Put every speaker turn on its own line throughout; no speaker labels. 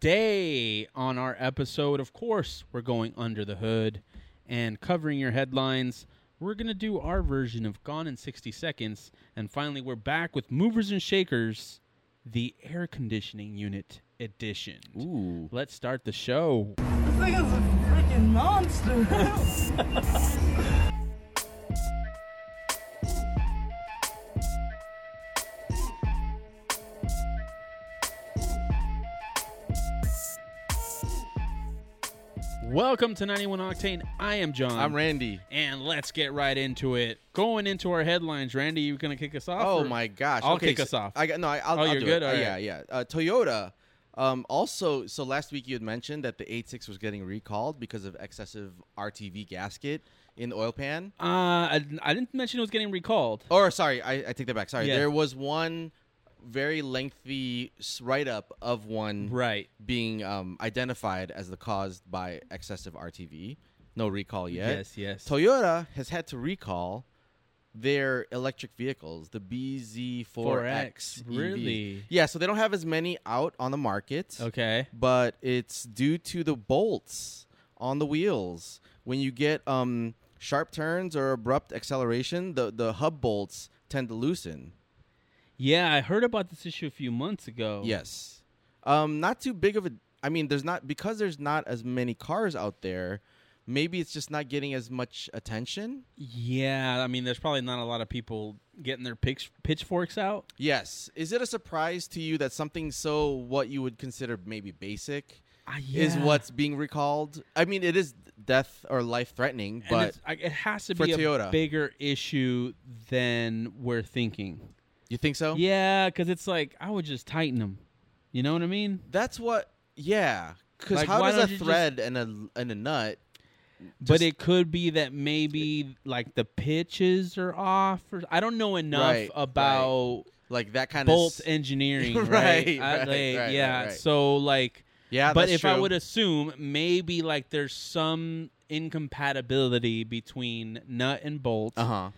Today on our episode, of course, we're going under the hood and covering your headlines. We're going to do our version of Gone in 60 Seconds. And finally, we're back with Movers and Shakers, the air conditioning unit edition.
Ooh.
Let's start the show.
This thing is a freaking monster.
Welcome to 91 Octane. I am John.
I'm Randy.
And let's get right into it. Going into our headlines, Randy, you going to kick us off?
Oh
or-
my gosh!
I'll
okay,
kick
so
us off.
I got no. I, I'll,
Oh,
I'll
you're
do
good?
It.
All
yeah,
right.
yeah. Uh, Toyota. Um, also, so last week you had mentioned that the 86 was getting recalled because of excessive RTV gasket in the oil pan.
Uh, I, I didn't mention it was getting recalled.
Or sorry, I, I take that back. Sorry,
Yeah.
there was one very lengthy write up of one
Right.
being um, identified as the cause by excessive RTV. No recall yet.
Yes, yes.
Toyota has had to recall their electric vehicles, the BZ4X.
4X,
EV.
really?
E Yeah, so they don't have as many out on the market,
Okay.
but it's due to the bolts on the wheels. When you get um, sharp turns or abrupt acceleration, the, the hub bolts tend to loosen.
Yeah, I heard about this issue a few months ago.
Yes. Um, not too big of a. I mean, there's not because there's not as many cars out there. Maybe it's just not getting as much attention.
Yeah, I mean, there's probably not a lot of people getting their pitch, pitchforks out.
Yes. Is it a surprise to you that something so what you would consider maybe basic
Ah,
is
yeah.
what's being recalled? I mean, it is death or life threatening,
And
but
it's- I- it has to
for
be a
Toyota.
bigger issue than we're thinking.
you think so?
Yeah, because it's like I would just tighten them. You know what I mean?
That's what. Yeah. Because
Like,
how
why
does
don't
a
you just-
thread and a and a nut?
but
just-
it could be that maybe like the pitches are off. Or, I don't know enough
Right,
about
like that kind
bolt
of
engineering, right?
Right,
I-
right,
like,
right,
yeah.
right, right.
So like,
yeah.
but
that's
if I
true.
would assume maybe like there's some incompatibility between nut and bolt
uh-huh.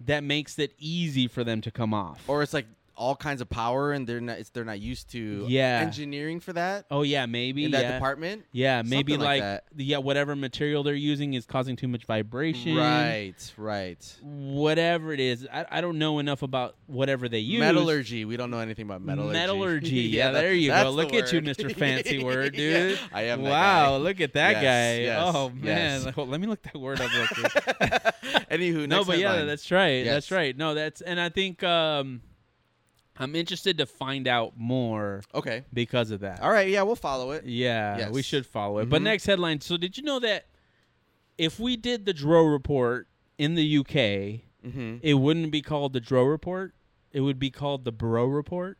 that makes it easy for them to come off.
or it's like all kinds of power and they're not it's, they're not used to
Yeah.
engineering for that
oh yeah, maybe
in that
yeah.
department
Yeah, maybe
Something like
like,
that.
yeah, whatever material they're using is causing too much vibration.
right right
Whatever it is, I, I don't know enough about whatever they use.
metallurgy we don't know anything about metallurgy
Metallurgy. Yeah,
that-
there you
that's
go.
the
Look at you,
word.
Mr. Fancy Word,
Yeah,
dude.
i am that
wow,
guy.
look at that
Yes,
guy.
yes,
oh man,
yes.
Hold- let me look that word up real quick.
anywho
no,
next
but yeah,
headline.
that's right. That's
Yes.
right. No, that's and I think um I'm interested to find out more
okay
because of that.
all right yeah we'll follow it
Yeah, we
Yes.
should follow it. But
Mhm.
next headline. So did you know that if we did the Dro report in the UK,
mm-hmm.
it wouldn't be called the Dro report. It would be called the Bro report.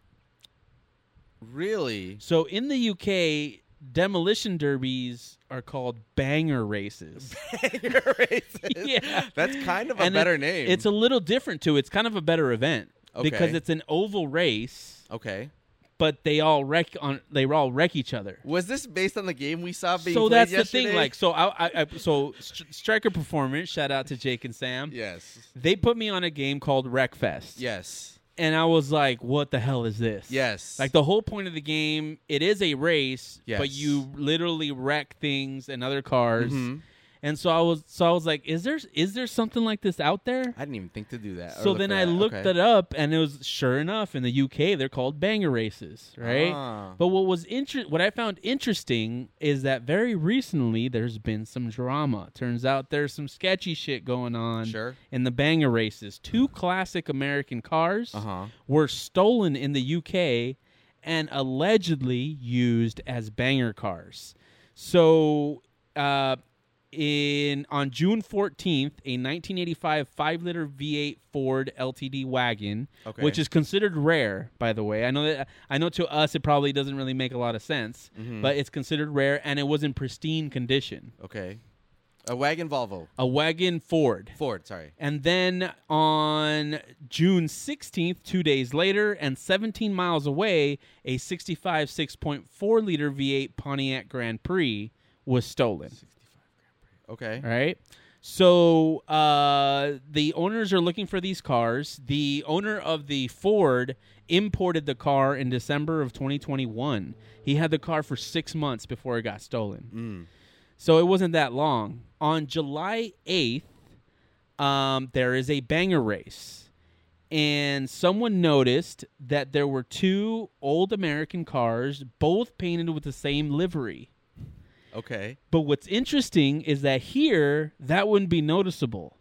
really
So in the UK, demolition derbies are called banger races.
You're racist.
Yeah.
that's kind of a
And it-
better name
It's a little different too. It's kind of a better event because
Okay.
it's an oval race,
okay
but they all wreck on they all wreck each other.
was this based on the game we saw being
So
played
that's the
yesterday?
thing. Like so, I, I, I so St- striker performance. Shout out to Jake and Sam.
yes
They put me on a game called Wreckfest.
yes
And I was like, what the hell is this?
yes
Like the whole point of the game, it is a race, but
Yes.
you literally wreck things and other cars.
Mhm.
And so I was, so I was like, is there is there something like this out there?
i didn't even think to do that or
so
look
then
for
I
that.
looked
okay.
it up, and it was sure enough in the UK they're called banger races, right?
Ah.
But what was inter- what I found interesting is that very recently there's been some drama. Turns out there's some sketchy shit going on
Sure.
in the banger races. Two classic American cars
Uh-huh.
were stolen in the UK and allegedly used as banger cars. So, uh, in on June 14th, a 1985 5-liter V8 Ford LTD wagon,
Okay.
which is considered rare, by the way. I know that I know to us it probably doesn't really make a lot of sense, but it's considered rare and it was in pristine condition.
Okay. A wagon Volvo.
A wagon Ford.
Ford, sorry.
And then on June 16th, two days later, and 17 miles away, a 65 6.4 liter V8 Pontiac Grand Prix was stolen.
Okay.
All right. So uh, the owners are looking for these cars. The owner of the Ford imported the car in December of 2021. He had the car for six months before it got stolen. So it wasn't that long. On July 8th, um, there is a banger race. And someone noticed that there were two old American cars, both painted with the same livery.
Okay.
But what's interesting is that here, that wouldn't be noticeable.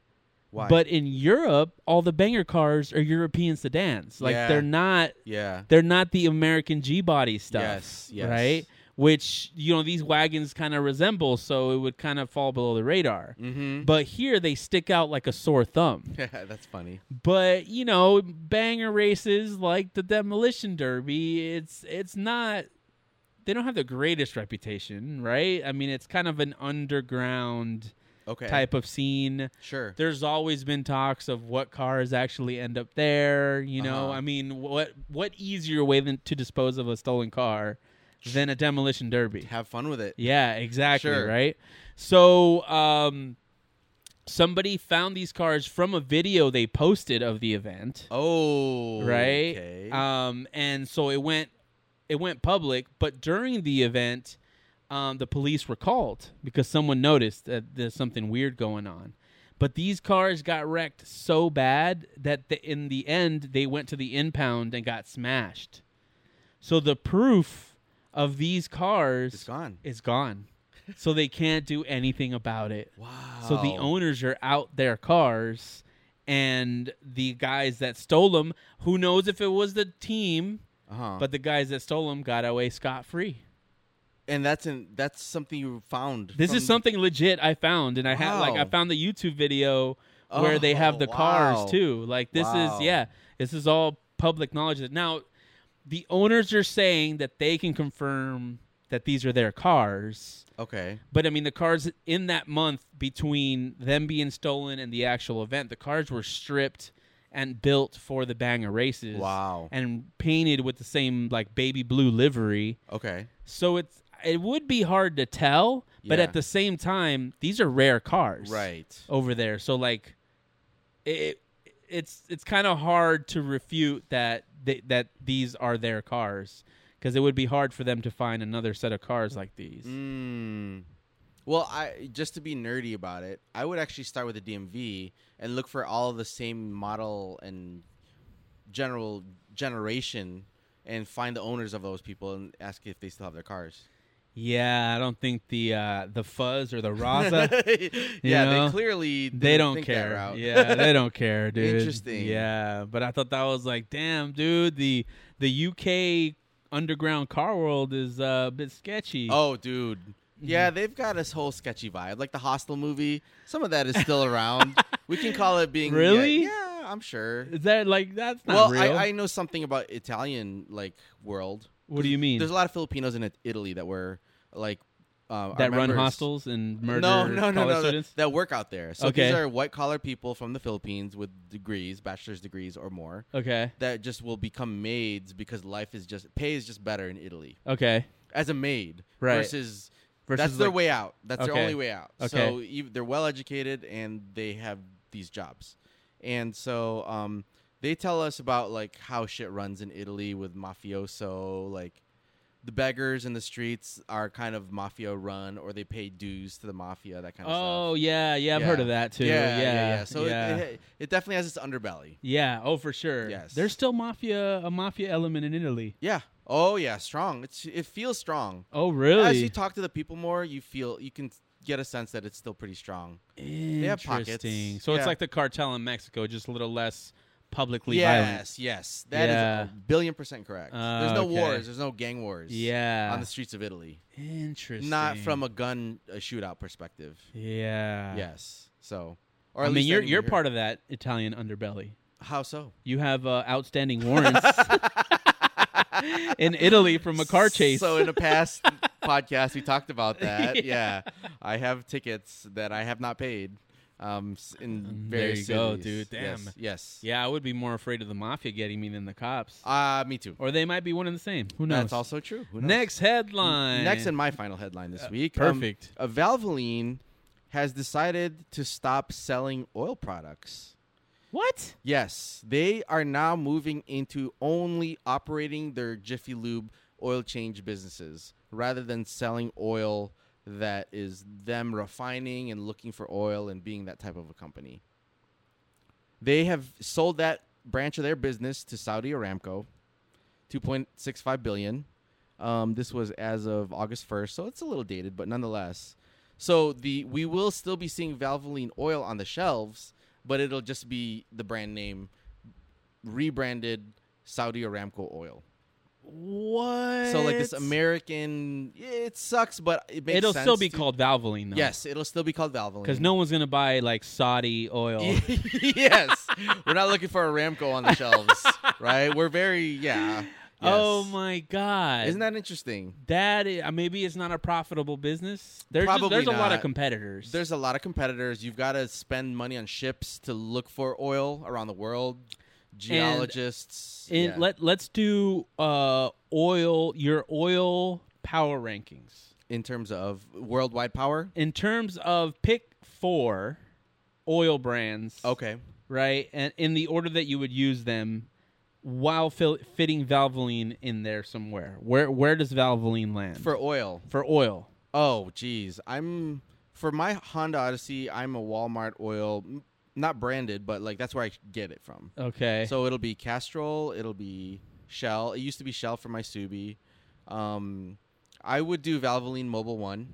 Why?
But in Europe, all the banger cars are European sedans. Like
Yeah.
they're not
yeah.
they're not the American G body stuff.
Yes, yes.
Right? Which, you know, these wagons kind of resemble, so it would kind of fall below the radar.
Mm-hmm.
But here they stick out like a sore thumb.
That's funny.
But, you know, banger races like the demolition derby, it's it's not they don't have the greatest reputation, right? I mean, it's kind of an underground
Okay.
type of scene
Sure.
there's always been talks of what cars actually end up there. You know,
Uh-huh.
I mean, what what easier way than to dispose of a stolen car than a demolition derby?
Have fun with it.
Yeah, exactly.
Sure.
Right. So, um, somebody found these cars from a video they posted of the event,
Oh.
right?
Okay.
Um, and so it went it went public. But during the event, um, the police were called because someone noticed that there's something weird going on. But these cars got wrecked so bad that the, in the end they went to the impound and got smashed. So the proof of these cars
it's gone.
is gone. So they can't do anything about it.
Wow.
So the
Oh.
owners are out their cars, and the guys that stole them, who knows if it was the team,
Uh-huh.
but the guys that stole them got away scot free.
and that's in that's something you found.
This is
from-
something legit I found, and I had like I
Wow.
found the YouTube video where they
Oh,
have the
wow.
cars too. Like this
Wow.
is yeah, this is all public knowledge. Now, the owners are saying that they can confirm that these are their cars.
Okay.
But I mean, the cars in that month between them being stolen and the actual event, the cars were stripped and built for the banger races.
Wow.
And painted with the same like baby blue livery.
Okay.
So it's it would be hard to tell, but
Yeah.
at the same time, these are rare cars.
Right.
Over there. So like it it's it's kind of hard to refute that they, that these are their cars because it would be hard for them to find another set of cars like these.
Mm. Well, I just to be nerdy about it, I would actually start with the DMV and look for all the same model and general generation and find the owners of those people and ask if they still have their cars.
Yeah, I don't think the uh, the fuzz or the Raza
yeah,
know?
they clearly
they
didn't
don't
think That
care.
route.
Yeah, they don't care, dude.
Interesting.
Yeah, but I thought that was like, damn, dude, the the UK underground car world is uh, a bit sketchy.
Oh, dude.
Mm-hmm.
Yeah, they've got this whole sketchy vibe, like the Hostel movie. Some of that is still around. we can call it being yeah,
Really?
Yeah, I'm sure.
is that like that's not
well,
real?
I, I know something about Italian like world.
what do you mean?
There's a lot of Filipinos in It- Italy that were like uh, our
that run
members-
hostels and murder
No, no, no,
college
no, no.
students?
That work out there. So
Okay.
these are white collar people from the Philippines with degrees, bachelor's degrees or more,
Okay,
that just will become maids because life is just pay is just better in Italy
okay.
as a maid
Right.
versus
Versus
that's their
like-
way out. That's their
Okay.
only way out. So
Okay.
ev- they're well educated and they have these jobs. And so um, they tell us about like how shit runs in Italy with mafioso, like the beggars in the streets are kind of mafia run or they pay dues to the mafia, that kind of
Oh
stuff.
yeah, yeah, I've heard of that too.
Yeah,
yeah,
yeah. yeah. So
yeah.
It, it, it definitely has its underbelly.
Yeah, oh for sure.
Yes.
there's still mafia, a mafia element in Italy.
Yeah. Oh yeah, strong. It's it feels strong.
Oh really?
As you talk to the people more, you feel you can get a sense that it's still pretty strong.
Interesting.
have pockets.
So
Yeah.
it's like the cartel in Mexico, just a little less publicly violent.
Yes, yes. that is
Yeah.
a billion percent correct.
Uh,
there's no
okay.
wars. There's no gang wars.
Yeah.
On the streets of Italy.
Interesting.
Not from a gun a shootout perspective.
Yeah.
Yes. So, or
I
at
mean,
least
you're you're part of that Italian underbelly.
How so?
You have uh, outstanding warrants in Italy from a car chase.
So in a past podcast, we talked about that. Yeah. I have tickets that I have not paid. Um, s- in
Mm, there
various
you go,
cities.
dude. Damn.
Yes. yes.
yeah, I would be more afraid of the mafia getting me than the cops,
Uh, me too.
or they might be one and the same. Who knows?
That's also true. Who knows?
next headline.
Next and my final headline this week. um,
perfect.
a Valvoline has decided to stop selling oil products.
What?
Yes, they are now moving into only operating their Jiffy Lube oil change businesses rather than selling oil that is them refining and looking for oil and being that type of a company. They have sold that branch of their business to Saudi Aramco, 2.65 billion. Um, this was as of August 1st, so it's a little dated, but nonetheless. So the we will still be seeing Valvoline oil on the shelves, but it'll just be the brand name rebranded Saudi Aramco oil.
What?
So like this American, it sucks, but it makes
It'll
sense
still be
to-
called Valvoline though.
Yes, it'll still be called Valvoline.
Because no one's gonna buy like Saudi oil.
yes, we're not looking for a Ramco on the shelves, right? We're very yeah. Yes.
Oh my god!
Isn't that interesting?
that is, uh, maybe it's not a profitable business? There's just-
Probably
there's a lot of
not.
competitors.
There's a lot of competitors. You've got to spend money on ships to look for oil around the world. Geologists.
And
yeah.
let let's do uh oil your oil power rankings
in terms of worldwide power.
in terms of pick four oil brands.
Okay.
right? And in the order that you would use them while fill, fitting Valvoline in there somewhere. Where where does Valvoline land
For oil.
for oil?
Oh, geez. I'm for my Honda Odyssey. I'm a Walmart oil, m- not branded, but like that's where I get it from.
Okay.
So it'll be Castrol. It'll be Shell. It used to be Shell for my Subi. Um, I would do Valvoline Mobile One.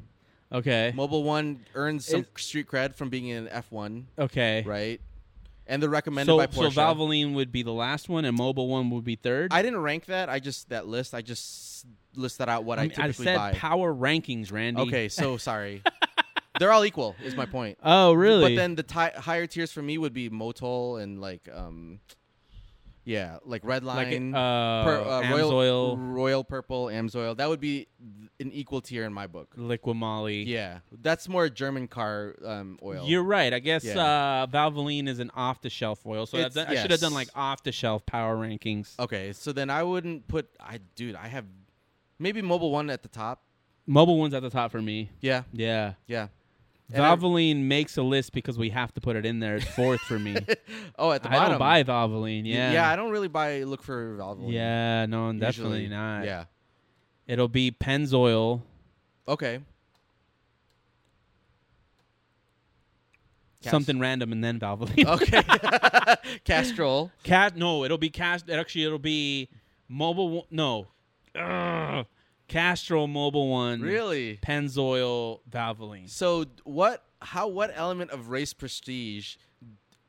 okay.
Mobile One earns some
Is-
street cred from being an F1,
Okay.
right? And they're recommended
So,
by
so
Porsche.
Valvoline would be the last one, and Mobile One would be third.
I didn't rank that. I just that list. I just listed out what I,
mean, I
typically
said
buy.
power rankings, Randy.
okay, so sorry. they're all equal. Is my point.
Oh, really?
But then the ti higher tiers for me would be Motol and like um, yeah, like
like
Redline,
uh,
Pur- uh,
Royal
Royal
Oil,
Royal Purple, Amsoil. That would be th- an equal tier in my book.
Liquimolly.
Yeah, that's more German car um, oil.
You're right. I guess
Yeah.
uh, Valvoline is an off-the-shelf oil, so I've
It's-
done, I should have done
yes.
like off-the-shelf power rankings.
okay, so then I wouldn't put I dude. I have maybe Mobile One at the top.
Mobile One's at the top for me.
Yeah,
Yeah.
yeah. And I-
Valvoline makes a list because we have to put it in there. It's fourth for me.
oh, at the
I
bottom.
don't buy Valvoline.
Y-
Yeah.
yeah. I don't really buy. Look for Valvoline.
Yeah, no, definitely
usually.
not.
Yeah.
It'll be Pennzoil,
Okay. Cas-
something random, and then Valvoline.
Okay. Castrol.
Cat? No, it'll be cast. Actually, it'll be mobile. One, no, Ugh. Castrol Mobile One.
Really?
Pennzoil Valvoline.
So what? How? What element of race prestige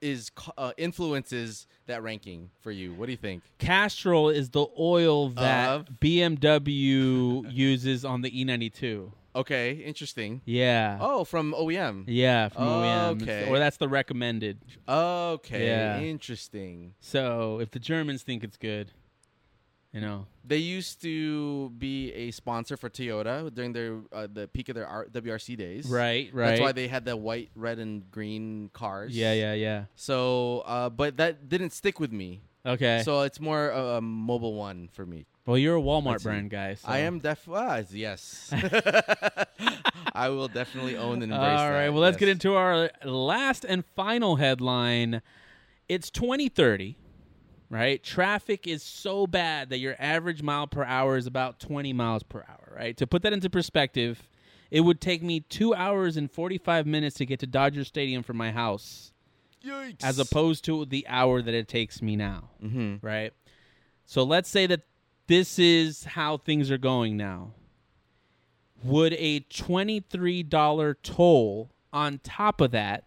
is co- uh, influences that ranking for you? What do you think?
Castrol is the oil that
Of?
BMW uses on the E92.
Okay, interesting.
Yeah.
Oh, from OEM.
Uh, Yeah, from OEM. It's-
Okay.
Or that's the recommended.
Okay,
Yeah.
interesting.
So if the Germans think it's good, you know.
They used to be a sponsor for Toyota during their uh, the peak of their R- WRC days.
Right, right.
That's why they had the white, red, and green cars.
Yeah, yeah, yeah.
So, uh, but that didn't stick with me.
Okay.
So it's more a a mobile one for me.
well, you're a Walmart
Let's see.
brand guy. So.
I am def. Ah, yes. I will definitely own and
All
embrace.
right.
that,
Well, let's get
yes.
into our last and final headline. It's 2030, right? Traffic is so bad that your average mile per hour is about 20 miles per hour, right? To put that into perspective, it would take me two hours and 45 minutes to get to Dodger Stadium from my house.
Yikes.
as opposed to the hour that it takes me now,
Mhm.
right? So let's say that this is how things are going now. Would a $23 toll on top of that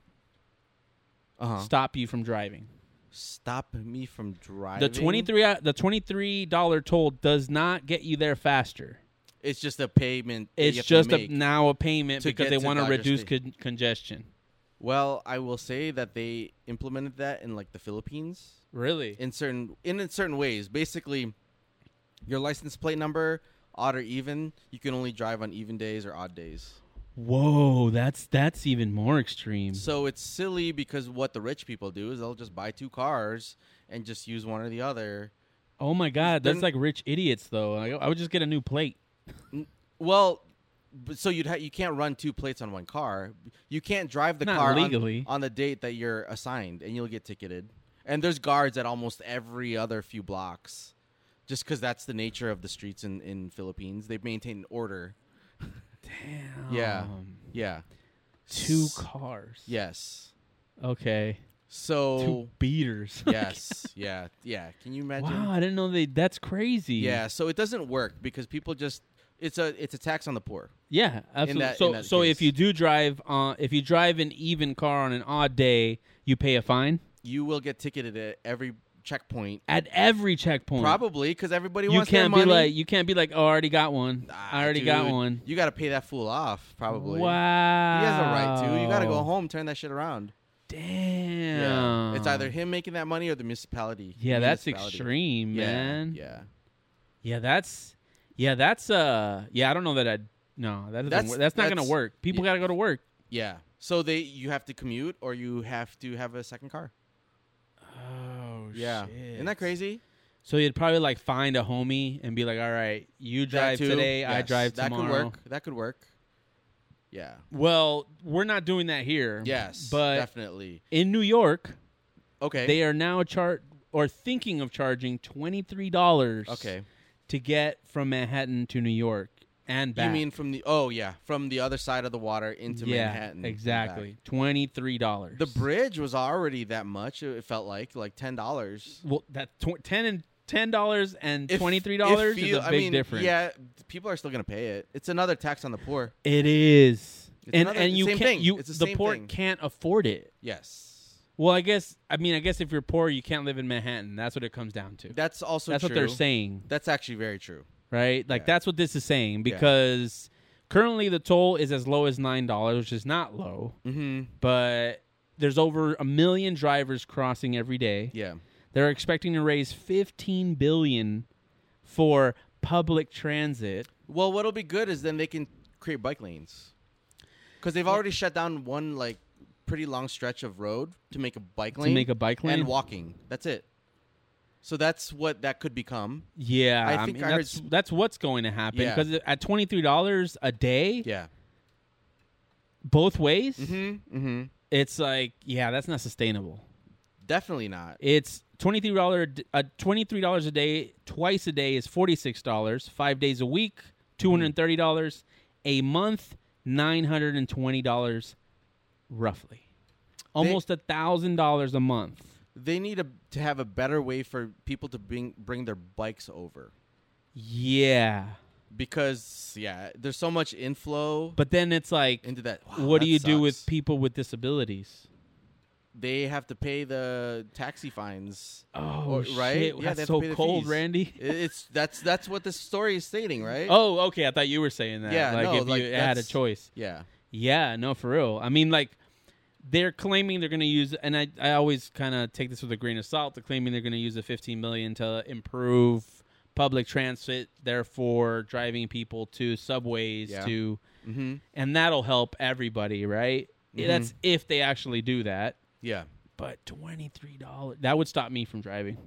Uh-huh.
stop you from driving?
Stop me from driving.
The 23 hou- the $23 toll does not get you there faster.
It's just a payment. that you
It's
have to
just a,
make.
now a payment
to
because
get
they
to
want to
Dodger
reduce
Stadium.
con- congestion.
Well, I will say that they implemented that in like the Philippines
Really?
in certain in, in certain ways. Basically, your license plate number odd or even, you can only drive on even days or odd days.
Whoa, that's that's even more extreme.
So it's silly because what the rich people do is they'll just buy two cars and just use one or the other.
Oh my god, that's
Then-
like rich idiots though. I, I would just get a new plate.
Well, but so you'd ha- you can't run two plates on one car. You can't drive the
Not
car on-
legally.
on the date that you're assigned, and you'll get ticketed. And there's guards at almost every other few blocks, just because that's the nature of the streets in in Philippines. They maintain order.
Damn.
Yeah. Yeah.
Two cars.
Yes.
Okay.
So
Two beaters.
yes. Oh. Yeah. Yeah. Can you imagine?
wow, I didn't know they. That's crazy.
Yeah. So it doesn't work because people just it's a it's a tax on the poor.
Yeah, absolutely.
that-
so,
in that
so if
case.
you do drive, uh, if you drive an even car on an odd day, you pay a fine
You will get ticketed at every checkpoint.
at every checkpoint.
Probably because everybody
You
wants their
can't be
money.
like, you can't be like, oh, I already got one.
Ah,
I already got
dude,
one.
You got to pay that fool off, probably. He
Wow.
has a right to. You got to go home, turn that shit around.
Damn.
It's either him making that money or the municipality.
Yeah, that's
Municipality.
extreme,
Yeah,
man.
Yeah.
Yeah, that's. Yeah, that's. Uh. Yeah, I don't know that. I. No, that doesn't
That's-
wor- that's not gonna
that's-
work. People
yeah.
gotta go to work.
Yeah. So they you have to commute or you have to have a second car.
Oh
Yeah. Isn't that crazy?
So you'd probably like find a homie and be like, "All right, you
That
drive
too.
today, I
Yes,
drive
that
tomorrow."
could work. That could work. Yeah.
Well, we're not doing that here.
Yes.
but
definitely.
in New York,
Okay.
they are now chart or thinking of charging twenty three dollars.
okay.
to get from Manhattan to New York and back.
You mean from the oh yeah from the other side of the water into
yeah,
Manhattan and back.
Exactly, twenty three dollars.
The bridge was already that much. It it felt like like ten dollars.
Well, that tw- ten and ten dollars and
If-
twenty three
if
dollars is
you-
a big
I mean,
difference.
Yeah, people are still gonna pay it. It's another tax on the poor.
it is.
It's
And
another-
and
it's
you
the same
can't
thing.
you
It's
the
the same
port
thing.
can't afford it.
Yes,
Well, I guess I mean I guess if you're poor, you can't live in Manhattan. That's what it comes down to.
that's also
That's what
true.
they're saying,
That's actually very true.
right? Like
Yeah.
that's what this is saying because currently the toll is as low as nine dollars, which is not low,
Mm-hmm.
but there's over a million drivers crossing every day.
Yeah,
They're expecting to raise 15 billion for public transit.
Well, what'll be good is then they can create bike lanes because they've already shut down one like pretty long stretch of road to make a bike lane,
make a bike lane?
and walking. That's it. So that's what that could become.
Yeah,
I think
mean,
I heard
that's
s-
that's what's going to happen
Yeah.
because at twenty three dollars a day,
Yeah.
both ways,
Mm-hmm. Mm-hmm.
it's like yeah, that's not sustainable.
Definitely not.
It's twenty three dollar uh, twenty three dollars a day, twice a day is forty six dollars, five days a week two hundred thirty dollars, a month nine hundred and twenty dollars, roughly, almost a thousand dollars a month.
They need a, to have a better way for people to bring bring their bikes over
Yeah,
because yeah, there's so much inflow
but then it's like,
into that. Wow,
what do
that
you do with
sucks.
people with disabilities?
They have to pay the taxi fines.
Oh,
Or- right?
shit,
Yeah, they
that's
have to
so
pay the
cold,
fees.
Randy.
It- It's that's that's what this story is stating, right?
Oh, okay. I thought you were saying that.
Yeah,
like
no,
if
like,
you had a
that's-
choice.
yeah.
Yeah, no, for real. I mean, like they're claiming they're going to use, and I, I always kind of take this with a grain of salt. They're claiming they're going to use the 15 million to improve public transit, therefore driving people to subways
Yeah.
to,
Mm-hmm.
and that'll help everybody, right?
Mhm.
That's if they actually do that.
Yeah.
But twenty three dollars that would stop me from driving.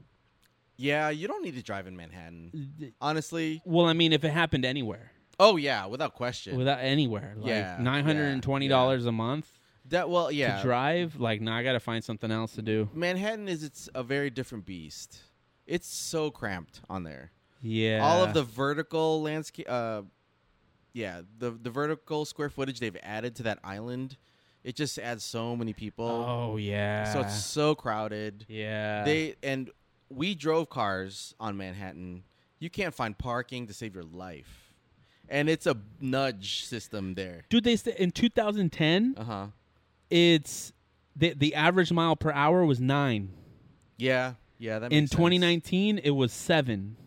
Yeah, you don't need to drive in Manhattan.
Th-
Honestly.
Well, I mean, if it happened anywhere,
Oh yeah, without question.
without anywhere, like
Yeah, yeah,
nine hundred and twenty dollars a month
that well, yeah.
to drive, like, nah, I got to find something else to do.
Manhattan is it's a very different beast. It's so cramped on there.
Yeah.
all of the vertical landscape uh yeah the the vertical square footage they've added to that island it just adds so many people
Oh yeah.
so it's so crowded
yeah.
they and we drove cars on manhattan you can't find parking to save your life and it's a nudge system there
dude they st- in 2010
uh-huh
it's the the average mile per hour was 9.
yeah yeah that makes
In
sense.
2019 it was 7.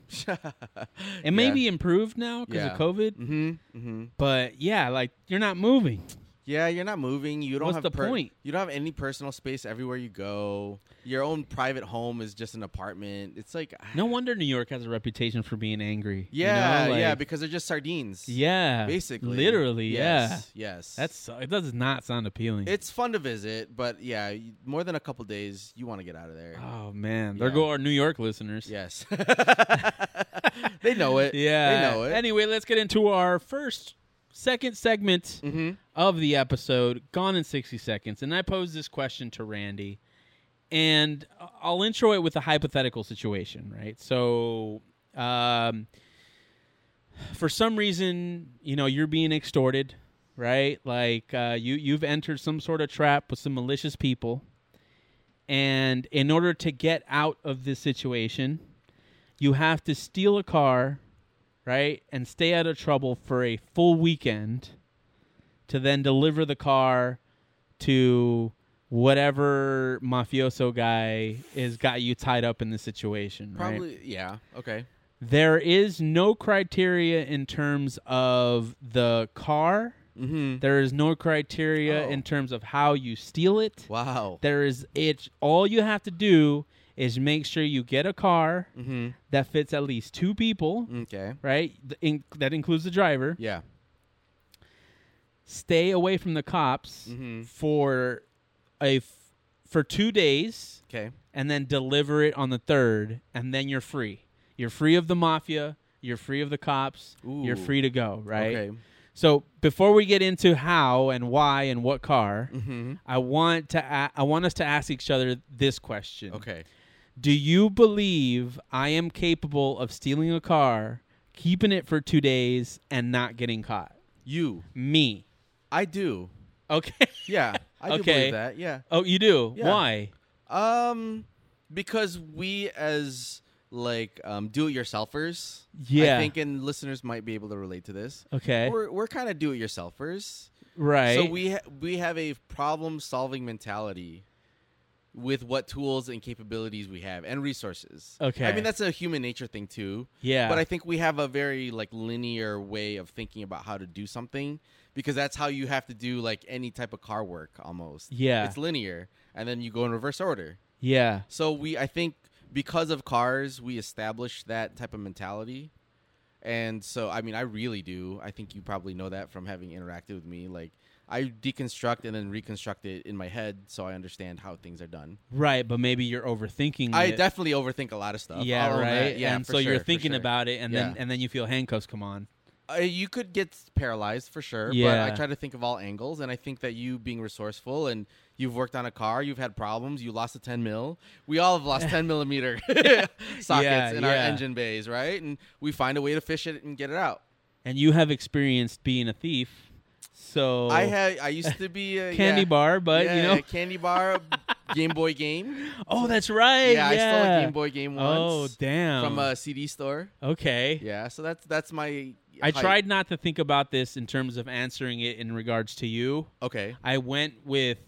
It may
Yeah.
be improved now cuz
Yeah.
of COVID,
mhm mhm
but yeah, like you're not moving.
yeah you're not moving you don't
What's
have
the point?
you don't have any personal space everywhere you go your own private home is just an apartment it's like
No wonder New York has a reputation for being angry. you
Yeah,
know,
yeah,
like-
because they're just sardines.
yeah.
basically,
Literally, yeah.
yes, yes.
That's so- it does not sound appealing.
it's fun to visit, but yeah, y- more than a couple days, you want to get out of there.
oh man, there
Yeah.
go our New York listeners.
Yes, they know it.
Yeah.
they know it.
Anyway, let's get into our first second segment
Mm-hmm.
of the episode, Gone in 60 Seconds, and I posed this question to Randy. And I'll intro it with a hypothetical situation, right? So, um, for some reason, you know, you're being extorted, right? Like uh, you you've entered some sort of trap with some malicious people, and in order to get out of this situation, you have to steal a car, right, and stay out of trouble for a full weekend, to then deliver the car to whatever mafioso guy is got you tied up in this situation. right?
Probably. Yeah. Okay.
There is no criteria in terms of the car.
Mm-hmm.
There is no criteria
Oh.
in terms of how you steal it.
Wow.
There is it. All you have to do is make sure you get a car
Mm-hmm.
that fits at least two people,
Okay.
right? Th- in- that includes the driver.
Mm. Yeah.
Stay away from the cops
Mhm.
for a f- for two days.
Okay.
and then deliver it on the third, and then you're free. You're free of the mafia. You're free of the cops. You're
Ooh.
free to go, right?
Okay.
So before we get into how and why and what car,
Mm-hmm.
I want to a- I want us to ask each other this question.
Okay.
Do you believe I am capable of stealing a car, keeping it for 2 days and not getting caught?
You.
Me.
I do.
Okay.
Yeah. I do
Okay.
believe that. Yeah.
Oh, you do.
Yeah.
Why?
Um, because we as like um, do-it-yourselfers,
Yeah.
I think and listeners might be able to relate to this.
Okay.
We're we're kind of do-it-yourselfers,
right.
so we ha- we have a problem-solving mentality with what tools and capabilities we have and resources. I
Okay.
mean that's a human nature thing too.
yeah.
But I think we have a very like linear way of thinking about how to do something because that's how you have to do like any type of car work almost.
Yeah.
It's linear and then you go in reverse order.
yeah.
So we, I think, because of cars, we established that type of mentality, and so I mean, I really do. I think you probably know that from having interacted with me. Like, I deconstruct and then reconstruct it in my head, so I understand how things are done.
Right, but maybe you're overthinking
I
it.
definitely overthink a lot of stuff.
yeah,
I'll own
right.
that. Yeah,
and
for
so you're
sure, for
thinking
sure.
about it, and then
Yeah.
and then you feel handcuffs come on.
Uh, you could get paralyzed for sure, but
Yeah.
I try to think of all angles, and I think that you being resourceful and you've worked on a car, you've had problems, you lost a 10 mil. We all have lost 10 millimeter sockets
Yeah,
in our
yeah.
engine bays, right? And we find a way to fish it and get it out.
And you have experienced being a thief, so
I had I used to be a
Oh. candy
yeah,
bar, but
yeah,
you know,
a candy bar, Game Boy game.
oh, that's right.
Yeah, I stole
yeah.
a Game Boy game
Oh,
once
damn.
from a CD store.
okay.
Yeah, so that's that's my.
I
hype.
tried not to think about this in terms of answering it in regards to you.
Okay.
I went with,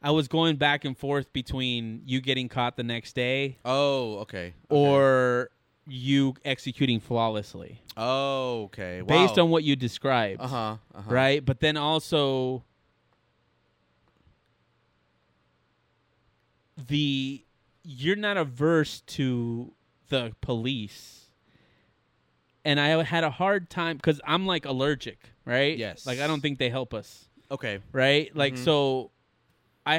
I was going back and forth between you getting caught the next day
Oh, okay. okay.
or you executing flawlessly,
oh, okay.
based
Wow.
on what you described.
Uh huh. Uh-huh.
right? But then also the you're not averse to the police. And I had a hard time cuz I'm like allergic, right?
Yes.
Like I don't think they help us,
Okay.
right? Like
Mhm.
so I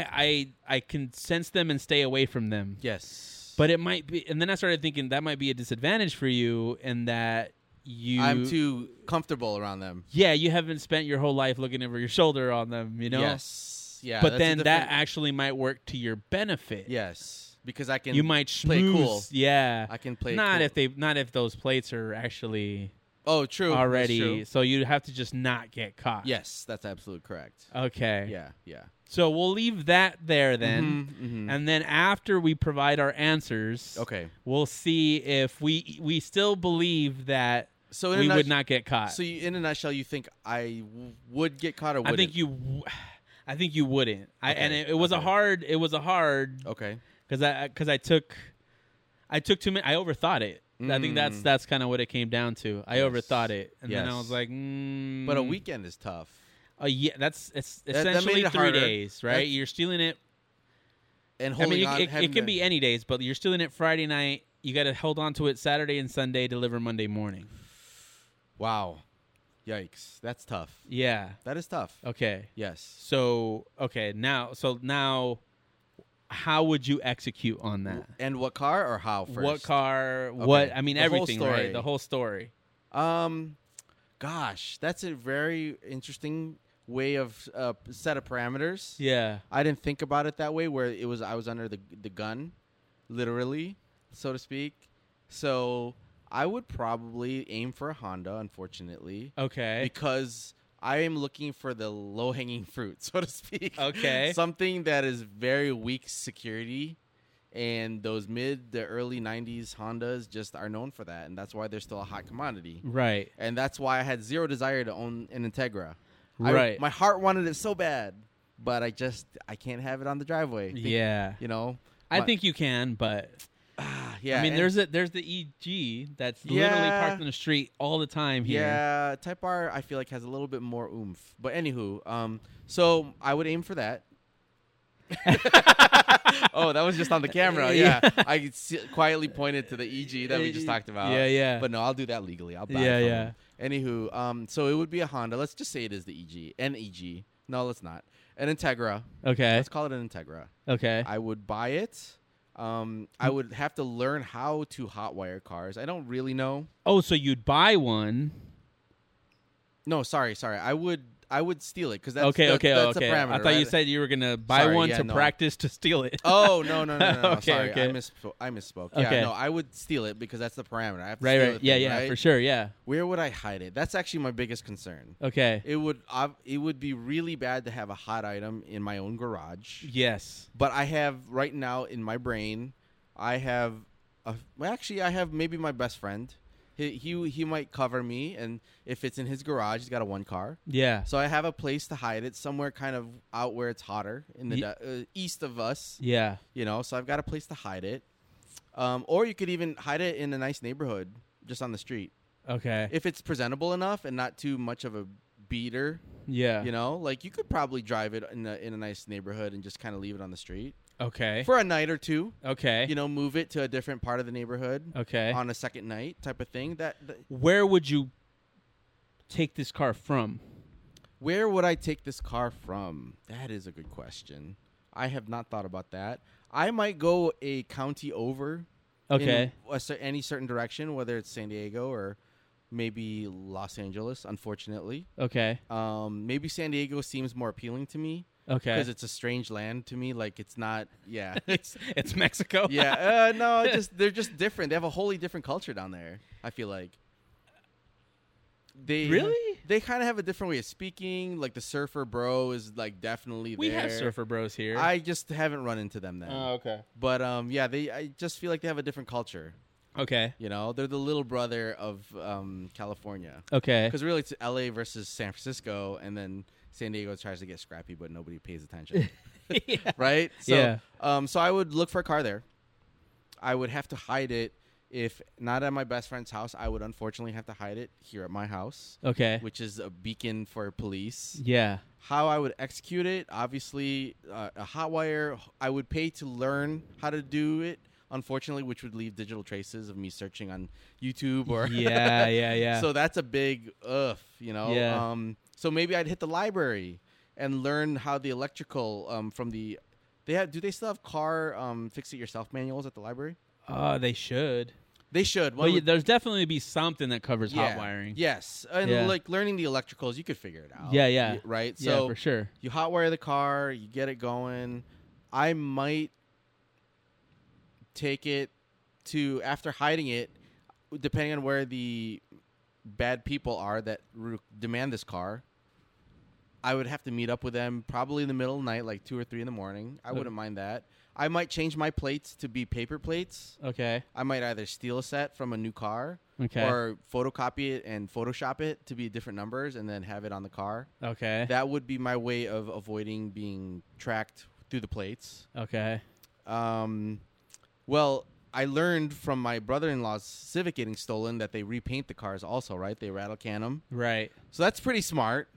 I I can sense them and stay away from them.
Yes.
But it might be and then I started thinking that might be a disadvantage for you and that you
I'm too comfortable around them.
yeah, you haven't spent your whole life looking over your shoulder on them, you know?
Yes. Yeah.
but
that's a
then that
different-
actually might work to your benefit.
Yes, because I can.
You might
play it
schmooze.
cool.
Yeah.
I can play. it
not
cool.
if they not if those plates are actually
Oh, true. that's
already
true.
so you'd have to just not get caught.
Yes, that's absolutely correct.
Okay.
Yeah. Yeah.
So we'll leave that there then.
Mhm, mhm.
And then after we provide our answers,
okay.
we'll see if we we still believe that
So in
we
a
would
nutsh-
not get caught.
So you, in a nutshell, you think I w- would get caught or wouldn't?
I think you w- I think you wouldn't. I and
Okay,
it, it was a
okay. Oh.
hard it was a hard
Okay.
because I because I took I took too many. I overthought it. I think that's
Mm.
that's kind of what it came down to. I
Yes.
overthought it, and then I
Yes.
was like, mm,
But a weekend is tough.
a yeah, that's it's
that made
essentially
it
three
harder.
days, right?
That's-
you're stealing it.
And
I mean,
holding
you-
on.
it, it
having
can
the-
be any days, but you're stealing it Friday night. You got to hold on to it Saturday and Sunday. Deliver Monday morning.
Wow. Yikes. That's tough.
Yeah.
That is tough.
Okay.
Yes.
So okay now, so now, how would you execute on that?
And what car or how first?
What car? What I mean,
The whole
everything, right?
story.
The whole story.
Um, gosh, that's a very interesting way of uh, set of parameters.
Yeah.
I didn't think about it that way. Where it was, I was under the the gun, literally, so to speak. So I would probably aim for a Honda, unfortunately,
Okay.
because I am looking for the low hanging fruit, so to speak.
Okay.
something that is very weak security. And those mid the early '90s Hondas just are known for that, and that's why they're still a hot commodity.
Right.
And that's why I had zero desire to own an Integra. I-
Right.
my heart wanted it so bad, but I just I can't have it on the driveway. Think-
Yeah.
You know.
I
my-
think you can, but
ah, yeah.
I mean,
and-
there's a, there's the EG that's literally
Yeah.
parked in the street all the time here.
yeah. Type R I feel like has a little bit more oomph. But anywho, um, so I would aim for that. oh, that was just on the camera.
Yeah. Uh,
Yeah, I could see, quietly pointed to the EG that we just talked about.
Yeah, yeah.
But no, I'll do that legally. I'll buy
Yeah,
it. from
yeah.
him. Anywho, um, so it would be a Honda. Let's just say it is the EG, an EG. No, let's not. An Integra.
Okay.
Let's call it an Integra.
Okay. Hmm.
I would buy it. Um, I would have to learn how to hotwire cars. I don't really know.
oh, so you'd buy one?
No, sorry, sorry. I would I would steal it because that's
okay.
that-
okay.
that's
okay.
a parameter.
I thought
right?
you said you were gonna buy
Sorry,
one
yeah,
to
no.
practice to steal it.
Oh no no no no! no.
Okay,
sorry,
okay.
I misspoke. I misspoke. Yeah,
Okay.
no, I would steal it because that's the parameter. I have to
right.
steal
Right.
the
Yeah.
thing,
Yeah.
right?
For sure. Yeah.
Where would I hide it? That's actually my biggest concern.
Okay.
It would ob- it would be really bad to have a hot item in my own garage.
Yes.
But I have right now in my brain, I have a, well, actually I have maybe my best friend. He, he he might cover me, and if it's in his garage, he's got a one car.
Yeah.
So I have a place to hide it somewhere, kind of out where it's hotter in the
Ye-
de- uh, east of us,
Yeah.
you know. So I've got a place to hide it, um, or you could even hide it in a nice neighborhood, just on the street,
Okay.
if it's presentable enough and not too much of a beater.
yeah.
You know, like you could probably drive it in a in a nice neighborhood and just kind of leave it on the street
okay.
for a night or two.
okay.
You know, move it to a different part of the neighborhood
okay.
on a second night type of thing. That, that
Where would you take this car from?
where would I take this car from? That is a good question. I have not thought about that. I might go a county over. in
Okay.
a cer- any certain direction, whether it's San Diego or maybe Los Angeles. Unfortunately,
okay.
um, maybe San Diego seems more appealing to me
Okay.
because it's a strange land to me. Like it's not. Yeah.
it's it's Mexico.
yeah, uh, no, it just they're just different. They have a wholly different culture down there. I feel like they
Really?
they kind of have a different way of speaking. Like the surfer bro is like definitely
we
there.
have surfer bros here.
I just haven't run into them then.
okay.
but um, yeah, they I just feel like they have a different culture.
Okay.
You know, they're the little brother of um, California.
Okay.
Because really, it's L.A. versus San Francisco, and then San Diego tries to get scrappy, but nobody pays attention,
yeah.
right? So,
Yeah.
Um, so I would look for a car there. I would have to hide it if not at my best friend's house. I would unfortunately have to hide it here at my house,
Okay.
which is a beacon for police.
Yeah.
How I would execute it, obviously, uh, a hot wire. I would pay to learn how to do it. Unfortunately, which would leave digital traces of me searching on YouTube or
Yeah. Yeah. Yeah.
so that's a big ugh, you know.
Yeah.
Um, so maybe I'd hit the library and learn how the electrical um, from the they have. Do they still have car um, fix it yourself manuals at the library?
oh, they should.
They should.
Well,
One
yeah,
would-
there's definitely be something that covers hot
yeah.
wiring.
Yes, and
Yeah.
like learning the electricals, you could figure it out.
Yeah, yeah.
Y- Right.
Yeah,
So
for sure.
you hotwire the car, you get it going. I might take it to after hiding it, depending on where the bad people are that re- demand this car. I would have to meet up with them probably in the middle of the night, like two or three in the morning. I
Okay.
wouldn't mind that. I might change my plates to be paper plates.
Okay.
I might either steal a set from a new car
Okay.
or photocopy it and Photoshop it to be different numbers and then have it on the car
okay.
that would be my way of avoiding being tracked through the plates.
okay.
Um, well, I learned from my brother-in-law's Civic getting stolen that they repaint the cars also, right? They rattle can them,
Right.
so that's pretty smart.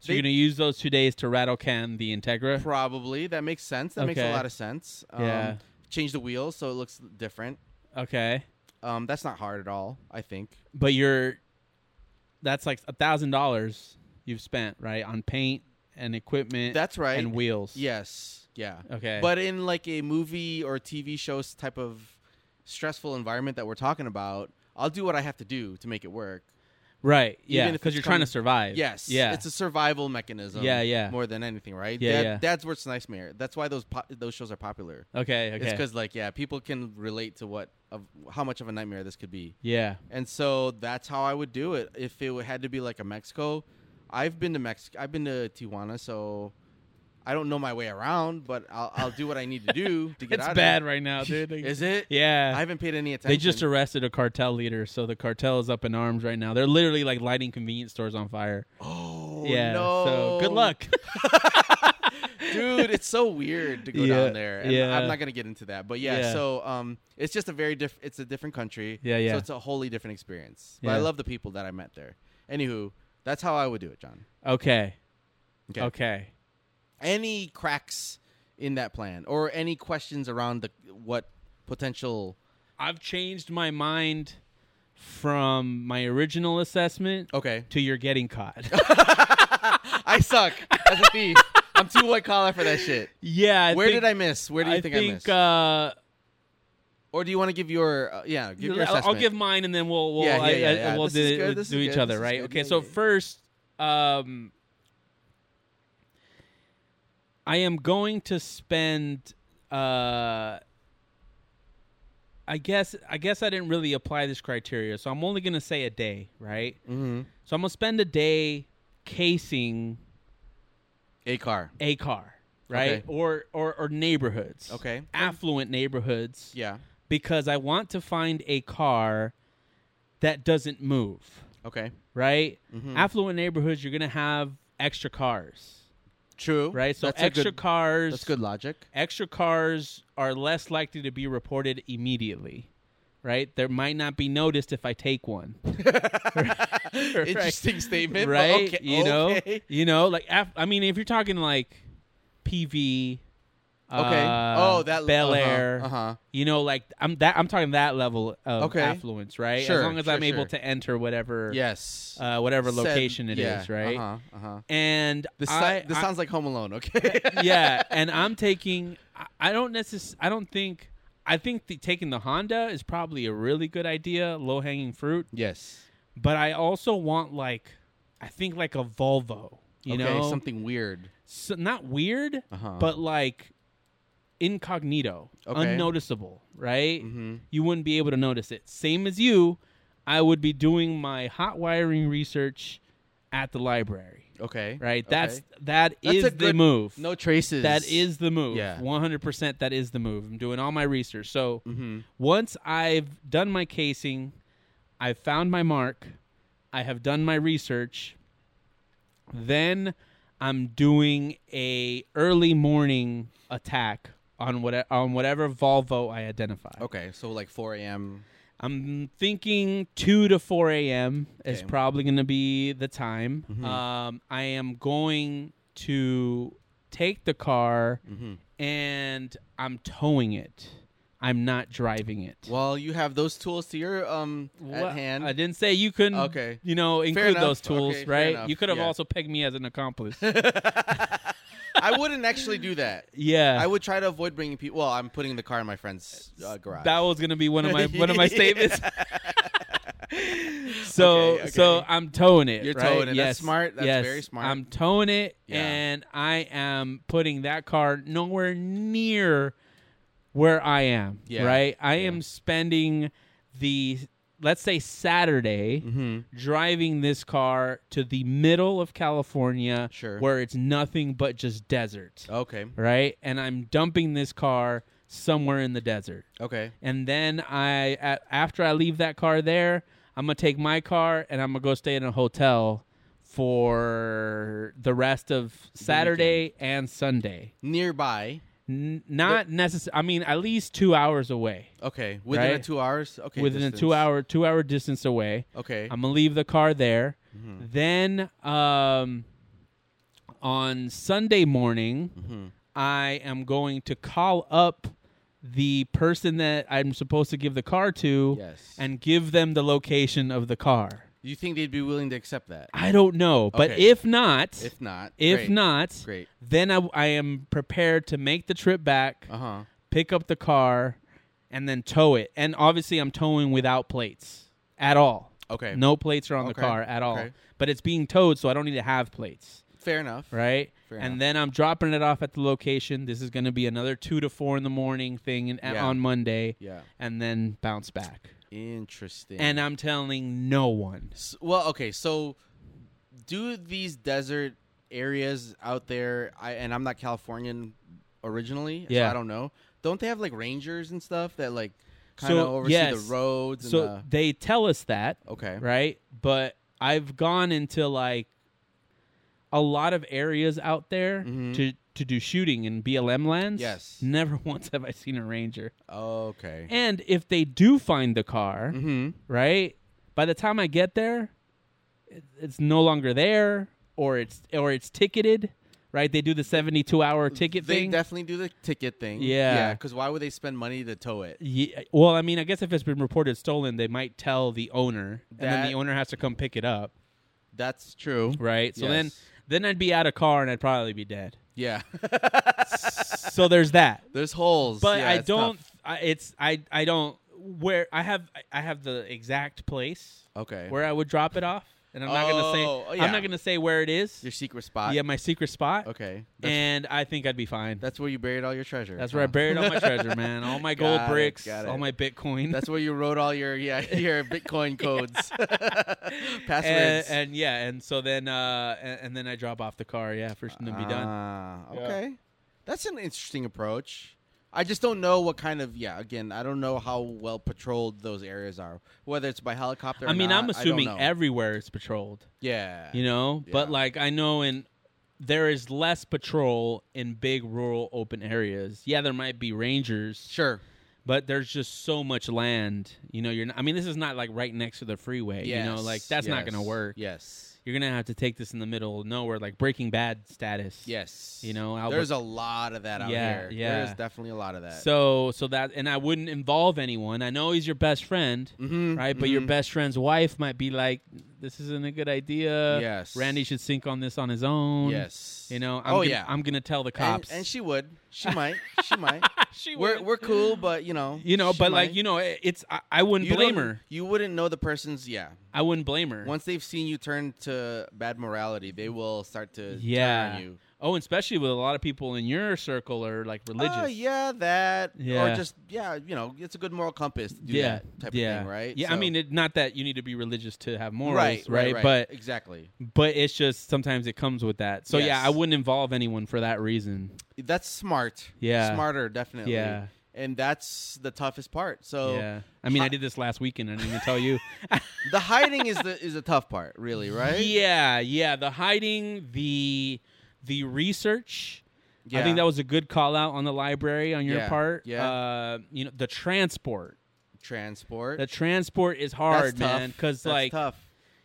So you're
They-
gonna use those two days to rattle can the Integra.
probably that makes sense. That makes a
Okay.
lot of sense. Um,
Yeah.
Change the wheels so it looks different.
okay.
Um, that's not hard at all, I think.
But you're that's like a thousand dollars you've spent right on paint and equipment.
That's right.
And wheels.
Yes. Yeah.
Okay.
But in like a movie or TV shows type of stressful environment that we're talking about, I'll do what I have to do to make it work.
Right. Yeah.
Even if
Because
it's
you're trying
coming-
to survive.
Yes.
Yeah.
It's a survival mechanism.
Yeah, yeah.
More than anything, right?
Yeah,
That-
yeah.
That's where it's nightmare. That's why those po- those shows are popular.
okay.
It's
Okay.
because like yeah, people can relate to what of how much of a nightmare this could be.
Yeah.
And so that's how I would do it. If it had to be like a Mexico, I've been to Mexico. I've been to Tijuana, so I don't know my way around, but I'll, I'll do what I need to do to get
It's
out. of
bad
it.
right now, dude. Like,
Is it?
yeah.
I haven't paid any attention.
They just arrested a cartel leader, so the cartel is up in arms right now. They're literally like lighting convenience stores on fire.
oh
yeah.
no.
So good luck.
dude. It's so weird to go
Yeah,
down there. And
yeah.
I'm not gonna get into that, but yeah.
Yeah.
So um, it's just a very diff. It's a different country.
Yeah, yeah.
So it's a wholly different experience. But I
Yeah.
love the people that I met there. Anywho, that's how I would do it, John.
okay.
Okay.
Okay.
Any cracks in that plan, or any questions around the what potential?
I've changed my mind from my original assessment
Okay,
to you're getting caught.
I suck as a thief. I'm too white collar for that shit.
yeah.
Where did I miss? Where do you think, I missed?
uh,
or do you want to give your uh, yeah? Give your
I'll-
assessment.
I'll give mine and then we'll we'll
Yeah, yeah,
I-
yeah,
I-
yeah.
we'll
This is
do,
good,
we'll
this is
do each
good,
other,
this is
right?
good.
Okay,
Yeah,
so
yeah, yeah.
first, um, I am going to spend. Uh, I guess I guess I didn't really apply this criteria, so I'm only gonna say a day, right?
hmm
So I'm gonna spend a day casing
a car.
a car, right?
Okay.
Or, or or neighborhoods,
Okay.
affluent neighborhoods,
Yeah.
because I want to find a car that doesn't move,
Okay.
right?
Mhm.
Affluent neighborhoods, you're going to have extra cars,
True.
right? So
That's a
extra
good-
cars,
That's good logic.
extra cars are less likely to be reported immediately. Right, there might not be noticed if I take one.
Interesting statement. but
right,
okay-
you know,
Okay.
you know, like af- I mean, if you're talking like PV,
Okay.
uh,
oh, that
Bel Air,
Uh huh.
You know, like I'm that I'm talking that level of
Okay.
affluence, right?
Sure,
as long as
sure,
I'm able
sure.
to enter whatever
Yes.
uh, whatever
Said-
location it is,
yeah,
right?
Uh huh. Uh-huh.
And
This,
I-
si- this
I-
sounds like Home Alone. Okay.
yeah, and I'm taking I- I don't necess I don't think I think the, taking the Honda is probably a really good idea, low hanging fruit.
yes.
But I also want like I think like a Volvo, you
okay,
know,
something weird.
so, not weird,
Uh-huh.
but like incognito,
Okay.
unnoticeable, right?
Mm-hmm.
you wouldn't be able to notice it. Same as you, I would be doing my hot wiring research at the library.
Okay.
Right?
okay.
That's that
That's
is
a
the
good-
move.
no traces.
that is the move.
Yeah.
100% that is the move. I'm doing all my research. So
Mm-hmm.
once I've done my casing, I've found my mark, I have done my research, then I'm doing a early morning attack on what on whatever Volvo I identify.
Okay. So like 4 a.m.
I'm thinking 2 to 4 a.m. is
Okay.
probably going to be the time.
Mhm.
Um, I am going to take the car
Mhm.
and I'm towing it. I'm not driving it.
Well, you have those tools to your um
Well,
at hand.
I didn't say you couldn't,
Okay.
you know, include
enough.
those tools,
Okay, fair
right?
enough.
You could have
Yeah.
also pegged me as an accomplice.
I wouldn't actually do that.
yeah.
I would try to avoid bringing people. Well, I'm putting the car in my friend's uh, garage.
That was gonna be one of my one of my statements. so
Okay,
so
okay.
I'm towing it.
You're
right?
towing it. That's
Yes.
smart. That's
yes.
very smart.
I'm towing it,
Yeah.
and I am putting that car nowhere near where I am.
Yeah.
Right. I
Yeah.
am spending the let's say Saturday.
mm-hmm.
Driving this car to the middle of California,
Sure. Oh.
where it's nothing but just desert,
Okay.
right? And I'm dumping this car somewhere in the desert
Okay.
and then I a- after I leave that car there, I'm gonna take my car and I'm gonna go stay in a hotel for the rest of Saturday and Sunday.
Nearby.
N- not necessary. I mean, at least two hours away,
Okay. Within a
Right?
two hours. Okay.
within
distance.
a two hour two hour distance away.
Okay. Mm-hmm.
I'm gonna leave the car there. Then um, on Sunday morning,
Mm-hmm.
I am going to call up the person that I'm supposed to give the car to
yes.
and give them the location of the car.
you think they'd be willing to accept that?
I don't know, but
Okay.
if not, if,
If not. great.
not,
Great.
then I, I am prepared to make the trip back,
Uh huh.
pick up the car, and then tow it. And obviously, I'm towing without plates at all.
Okay.
No plates are on the
Okay,
car at all.
okay.
But it's being towed, so I don't need to have plates.
Fair enough.
Right?
Fair
and
enough.
then I'm dropping it off at the location. This is going to be another two to four in the morning thing in,
Yeah.
on Monday,
Yeah.
and then bounce back.
Interesting.
And I'm telling no one.
S- well, okay, so do these desert areas out there? I and I'm not Californian originally, so
Yeah.
I don't know. Don't they have like rangers and stuff that like
So,
kind of oversee
yes.
the roads?
So
and
they tell us that,
the, uh, okay,
right? But I've gone into like a lot of areas out there
Mhm.
to to do shooting in BLM lands.
Yes.
Never once have I seen a ranger.
okay,
And if they do find the car,
mm-hmm.
right? By the time I get there, it- it's no longer there, or it's or it's ticketed, right? They do the seventy-two hour ticket
They
thing.
definitely do the ticket thing.
Yeah.
yeah, because why would they spend money to tow it?
yeah, well, I mean, I guess if it's been reported stolen, they might tell the owner, and then
That-
the owner has to come pick it up,
That's true.
right? So then,
Yes.
then I'd be out of car and I'd probably be dead.
Yeah,
so there's that.
there's holes,
But
Yeah,
I
it's
don't.
tough.
I, it's I. I don't where I have. I have the exact place
Okay,
where I would drop it off, and I'm not gonna say.
Oh,
I'm
yeah.
not gonna say where it is.
your secret spot?
yeah, my secret spot.
Okay, that's,
and I think I'd be fine. That's,
that's where you buried all your treasure. Uh-huh.
where I
huh?
buried all my treasure, man. All my gold
Got it,
bricks,
got
all
it.
my Bitcoin.
That's where you wrote all your yeah your Bitcoin codes,
and,
passwords.
and yeah, and so then uh and, and then I drop off the car, yeah, first and then be done.
Ah,
Yeah.
okay, that's an interesting approach. I just don't know what kind of yeah. Again, I don't know how well patrolled those areas are, whether it's by helicopter.
I
or
mean,
not,
I'm
don't
assuming
know.
everywhere is patrolled,
yeah,
you know? But
Yeah.
like I know in there is less patrol in big rural open areas. Yeah, there might be rangers,
sure,
but there's just so much land. You know, you're not, I mean, this is not like right next to the freeway, you know,
Yes,
like that's not going to
yes,
work.
Yes,
You're going to have to take this in the middle of nowhere like Breaking Bad status.
yes,
You know, Albert-
there's a lot of that out
Yeah,
here.
yeah.
there's definitely a lot of that.
So so that and I wouldn't involve anyone. I know he's your best friend,
Mhm,
right? But your
mhm.
best friend's wife might be like, "This isn't a good idea."
Yes.
Randy should sink on this on his own.
yes,
you know. I'm
oh
gonna,
yeah,
I'm gonna tell the
And-
cops. Ah,
and, she would, she might, she might.
she
we're
would.
we're cool, but you know,
you know,
she
but like
might.
you know, it- it's I, I wouldn't
You
blame
don't-
her.
You wouldn't know the person's yeah.
I wouldn't blame her.
Once they've seen you turn to bad morality, they will start to turn
yeah.
on you.
Oh, and especially with a lot of people in your circle are like religious.
Oh yeah, that
Yeah.
or just yeah, you know, it's a good moral compass to do
yeah,
that type
yeah,
of thing, right?
Yeah, I
So-
mean, it, not that you need to be religious to have morals,
right, right,
But
exactly.
but it's just sometimes it comes with that. So yeah,
Yes.
I wouldn't involve anyone for that reason.
That's smart.
Yeah.
smarter, definitely.
Yeah.
and that's the toughest part. So
yeah, I mean, I
hi-
did this last weekend. I didn't even tell you.
the hiding is the is the tough part, really, right?
Yeah, yeah. The hiding, the the research. I
Yeah.
think that was a good call out on the library on your
Yeah,
part.
yeah.
Uh, you know, the transport.
transport.
The transport is
That's
hard,
tough.
man. Because
That's
like
tough.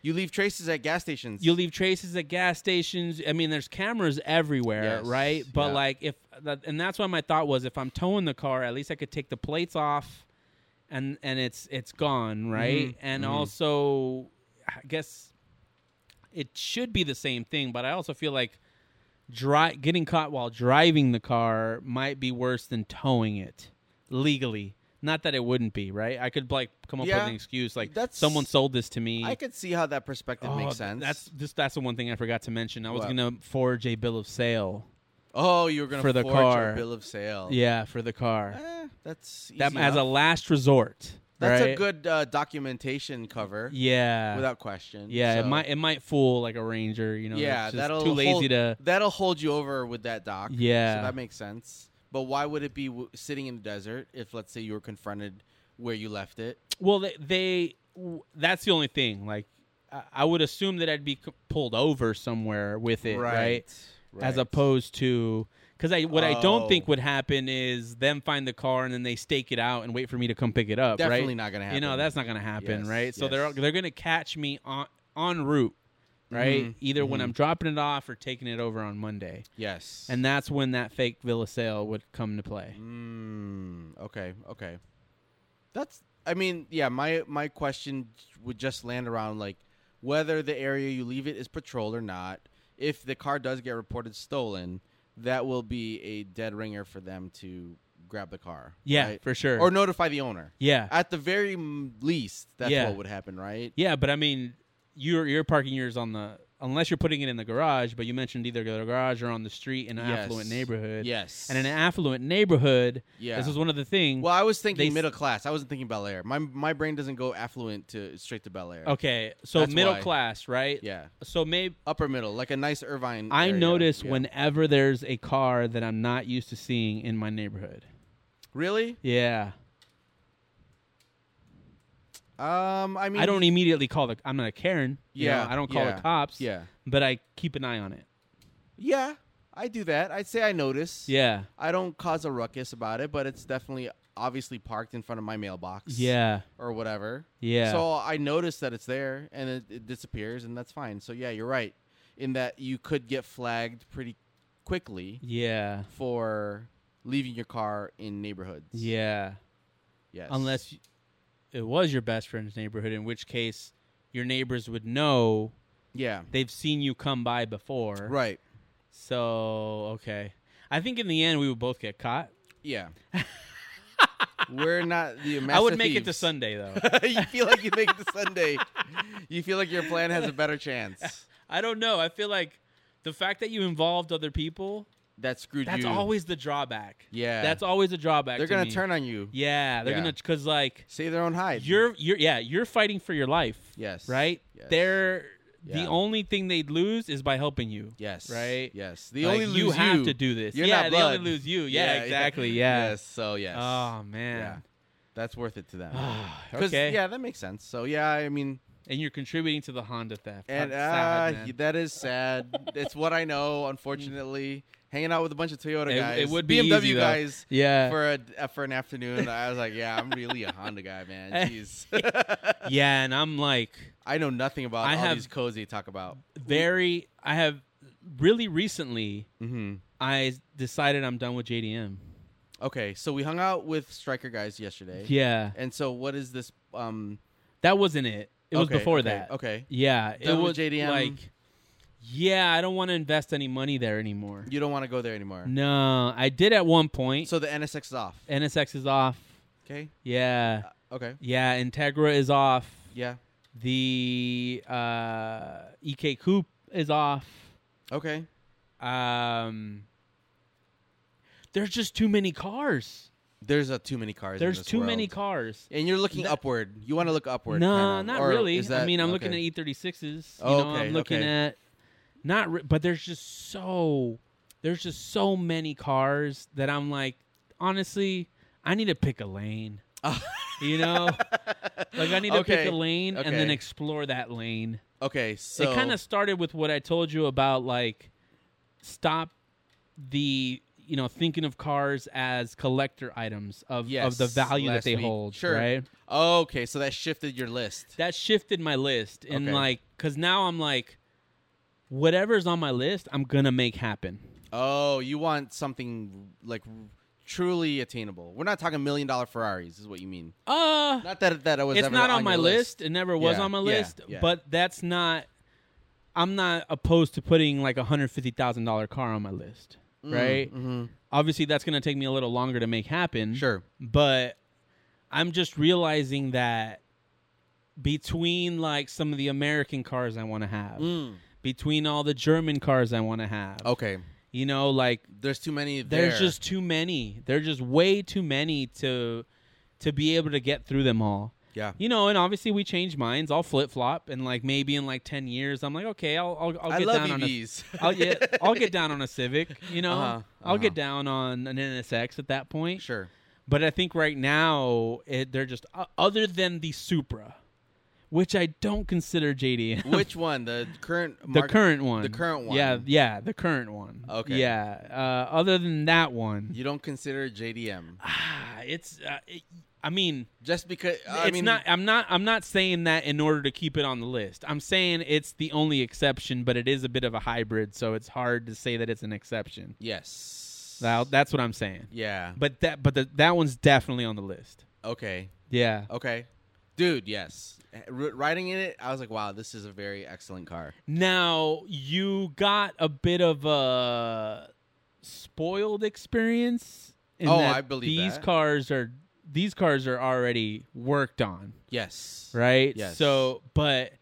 You leave traces at gas stations.
you leave traces at gas stations. I mean, there's cameras everywhere,
Yes,
right? But
yeah.
like if that, and that's why my thought was if I'm towing the car, at least I could take the plates off and and it's it's gone, right?
Mhm,
And
mhm.
also I guess it should be the same thing, but I also feel like dri- getting caught while driving the car might be worse than towing it legally. Not that it wouldn't be, right? I could like come up
Yeah.
with an excuse like
That's-
someone sold this to me.
I could see how that perspective
Oh,
makes
th-
sense.
That's just that's the one thing I forgot to mention. I was
What?
gonna forge a bill of sale.
Oh, you were gonna
For the
forge
car.
a bill of sale.
Yeah, for the car.
Eh, Oh. that's easy
That as a
enough.
last resort.
that's a
right?
good uh, documentation cover
Yeah.
without question.
yeah, it
So-
might it might fool like a ranger, you know.
yeah,
that's just
that'll
too lazy
hold,
to
that'll hold you over with that doc.
Yeah.
so that makes sense. But why would it be w- sitting in the desert if, let's say, you were confronted where you left it?
Well, they, they w- that's the only thing. Like I, I would assume that I'd be c- pulled over somewhere with it, right? as
Right.
opposed to because I what I don't
Oh.
think would happen is them find the car and then they stake it out and wait for me to come pick it up.
Definitely
right?
not gonna
You know
happen.
that's not gonna happen,
Yes,
right? So they're
yes.
they're gonna catch me on en route, right?
Mhm,
Either when I'm dropping it off or taking it over on Monday,
yes,
and that's when that fake villa sale would come to play.
Mm, okay, okay. That's I mean, yeah, my my question would just land around like whether the area you leave it is patrolled or not. If the car does get reported stolen, that will be a dead ringer for them to grab the car.
Yeah,
right?
for sure.
Or notify the owner.
yeah,
At the very m- least, that's
Yeah.
what would happen, right?
yeah. But I mean, you're you're parking yours on the unless you're putting it in the garage. But you mentioned either the garage or on the street in an affluent
Yes.
neighborhood.
Yes.
And in an affluent neighborhood,
Yeah.
this is one of the things.
Well, I was
They
thinking
s-
middle class. I wasn't thinking Bel Air. My my brain doesn't go affluent to straight to Bel Air.
okay, so
That's
middle
why.
class, right?
Yeah.
So maybe
Upper middle, like a nice Irvine.
I
area.
notice
Yeah.
whenever there's a car that I'm not used to seeing in my neighborhood.
Really?
Yeah.
Um, I mean,
I don't immediately call the. I'm not a Karen. you know,
Yeah,
I don't call
yeah,
the cops.
Yeah.
But I keep an eye on it.
Yeah, I do that. I'd say I notice.
Yeah.
I don't cause a ruckus about it, but it's definitely obviously parked in front of my mailbox.
Yeah.
Or whatever.
Yeah.
So I notice that it's there and it, it disappears, and that's fine. So yeah, you're right in that you could get flagged pretty quickly
Yeah.
for leaving your car in neighborhoods.
Yeah.
Yes.
Unless y- it was your best friend's neighborhood, in which case your neighbors would know
Yeah.
they've seen you come by before.
Right.
So okay. I think in the end we would both get caught.
Yeah. We're not the.
I
master
would make it to
thieves.
Sunday though.
you feel like you make it to Sunday. You feel like your plan has a better chance.
I don't know. I feel like the fact that you involved other people,
That screwed
that's
you.
always the drawback.
Yeah.
That's always a drawback.
They're
to
gonna
me.
turn on you.
Yeah, they're
Yeah.
gonna because like
Save their own hide.
you're you're yeah you're fighting for your life.
Yes.
Right.
Yes.
They're the
Yeah.
only thing they'd lose is by helping you.
Yes.
Right.
Yes. They
Like,
only lose you.
you have to do this.
You're
yeah,
not
they only
blood.
lose you. Yeah, exactly. Yeah.
Yes. So yes.
Oh
Yeah.
man.
That's worth it to them. Because
okay.
yeah, that makes sense. So yeah, I mean,
And you're contributing to the Honda theft.
and
That's sad,
uh,
man.
that is sad. it's what I know. Unfortunately, hanging out with a bunch of Toyota
It- it
guys,
would be
BMW
easy, though.
guys,
yeah.
for a uh, for an afternoon. I was like, yeah, I'm really a Honda guy, man. Jeez.
yeah, and I'm like
I know nothing about
I
all
have-
these codes they talk about.
very. I have really recently.
Mm-hmm.
I decided I'm done with JDM.
Okay, so we hung out with Striker guys yesterday.
Yeah,
And so, what is this? Um,
that wasn't it. It was
okay,
before
okay,
that.
Okay,
Yeah, it
Done
was
with JDM.
like, yeah, I don't want to invest any money there anymore.
you don't want to go there anymore.
No, I did at one point. So
So the NSX is off.
NSX is off.
Okay.
Yeah,
Uh, okay.
yeah, Integra is off.
Yeah.
The uh, EK Coupe is off.
Okay.
Um, there's just too many cars.
There's uh, too many cars. in
There's
this
too many
world.
cars.
And you're looking
That-
upward. You want to look upward.
No,
kinda.
not
Or
really.
is that-
I mean, I'm looking at
okay.
E36s. You
Oh,
know, I'm
okay,
looking
okay.
at not, re- but there's just so there's just so many cars that I'm like, honestly, I need to pick a lane. you know, like I need to
Okay,
pick a lane and then
okay.
explore that lane.
Okay. So
it kind of started with what I told you about, like stop the you know thinking of cars as collector items of of the
Yes,
value that
last
they
week.
hold.
Sure.
Right
Okay, so that shifted your list.
that shifted my list and
Okay.
like because now i'm like whatever's on my list i'm gonna make happen
Oh, you want something like truly attainable. We're not talking million dollar Ferraris, is what you mean.
uh
Not that that I was.
it's
ever
not on, my
your
list. it never was
Yeah,
on my
yeah,
list
yeah.
but that's not i'm not opposed to putting like a hundred fifty thousand dollar car on my list right
mhm.
obviously that's gonna take me a little longer to make happen
Sure.
but i'm just realizing that between like some of the american cars i want to have between all the german cars i want to have
Okay.
you know like
There's too many.
There's
there.
just too many. There's just way too many to to be able to get through them all.
yeah.
You know, and obviously we change minds. I'll flip flop, and like maybe in like ten years, I'm like, okay, I'll I'll, I'll
I
get
love E
down
EVs.
on a, I'll get I'll get down on a Civic. You know,
Uh-huh,
I'll get
uh-huh.
down on an NSX at that point.
sure.
But I think right now it, they're just uh, other than the Supra, which I don't consider JD.
Which one? The current.
the
mark-
current one.
the current one.
Yeah, yeah, the current one.
Okay.
Yeah. Uh, other than that one,
You don't consider JDM
Ah, it's. Uh, it, I mean,
just because. I
it's
mean,
not. I'm not. I'm not saying that in order to keep it on the list. I'm saying it's the only exception, but it is a bit of a hybrid, so it's hard to say that it's an exception.
Yes.
Now, that's what I'm saying.
Yeah.
But that. But the, that one's definitely on the list.
Okay.
Yeah.
Okay. Dude, yes. R- riding in it, I was like, wow, this is a very excellent car.
Now you got a bit of a spoiled experience and
Oh,
that
I believe
these
that.
cars are these cars are already worked on,
Yes.
right?
Yes.
So, but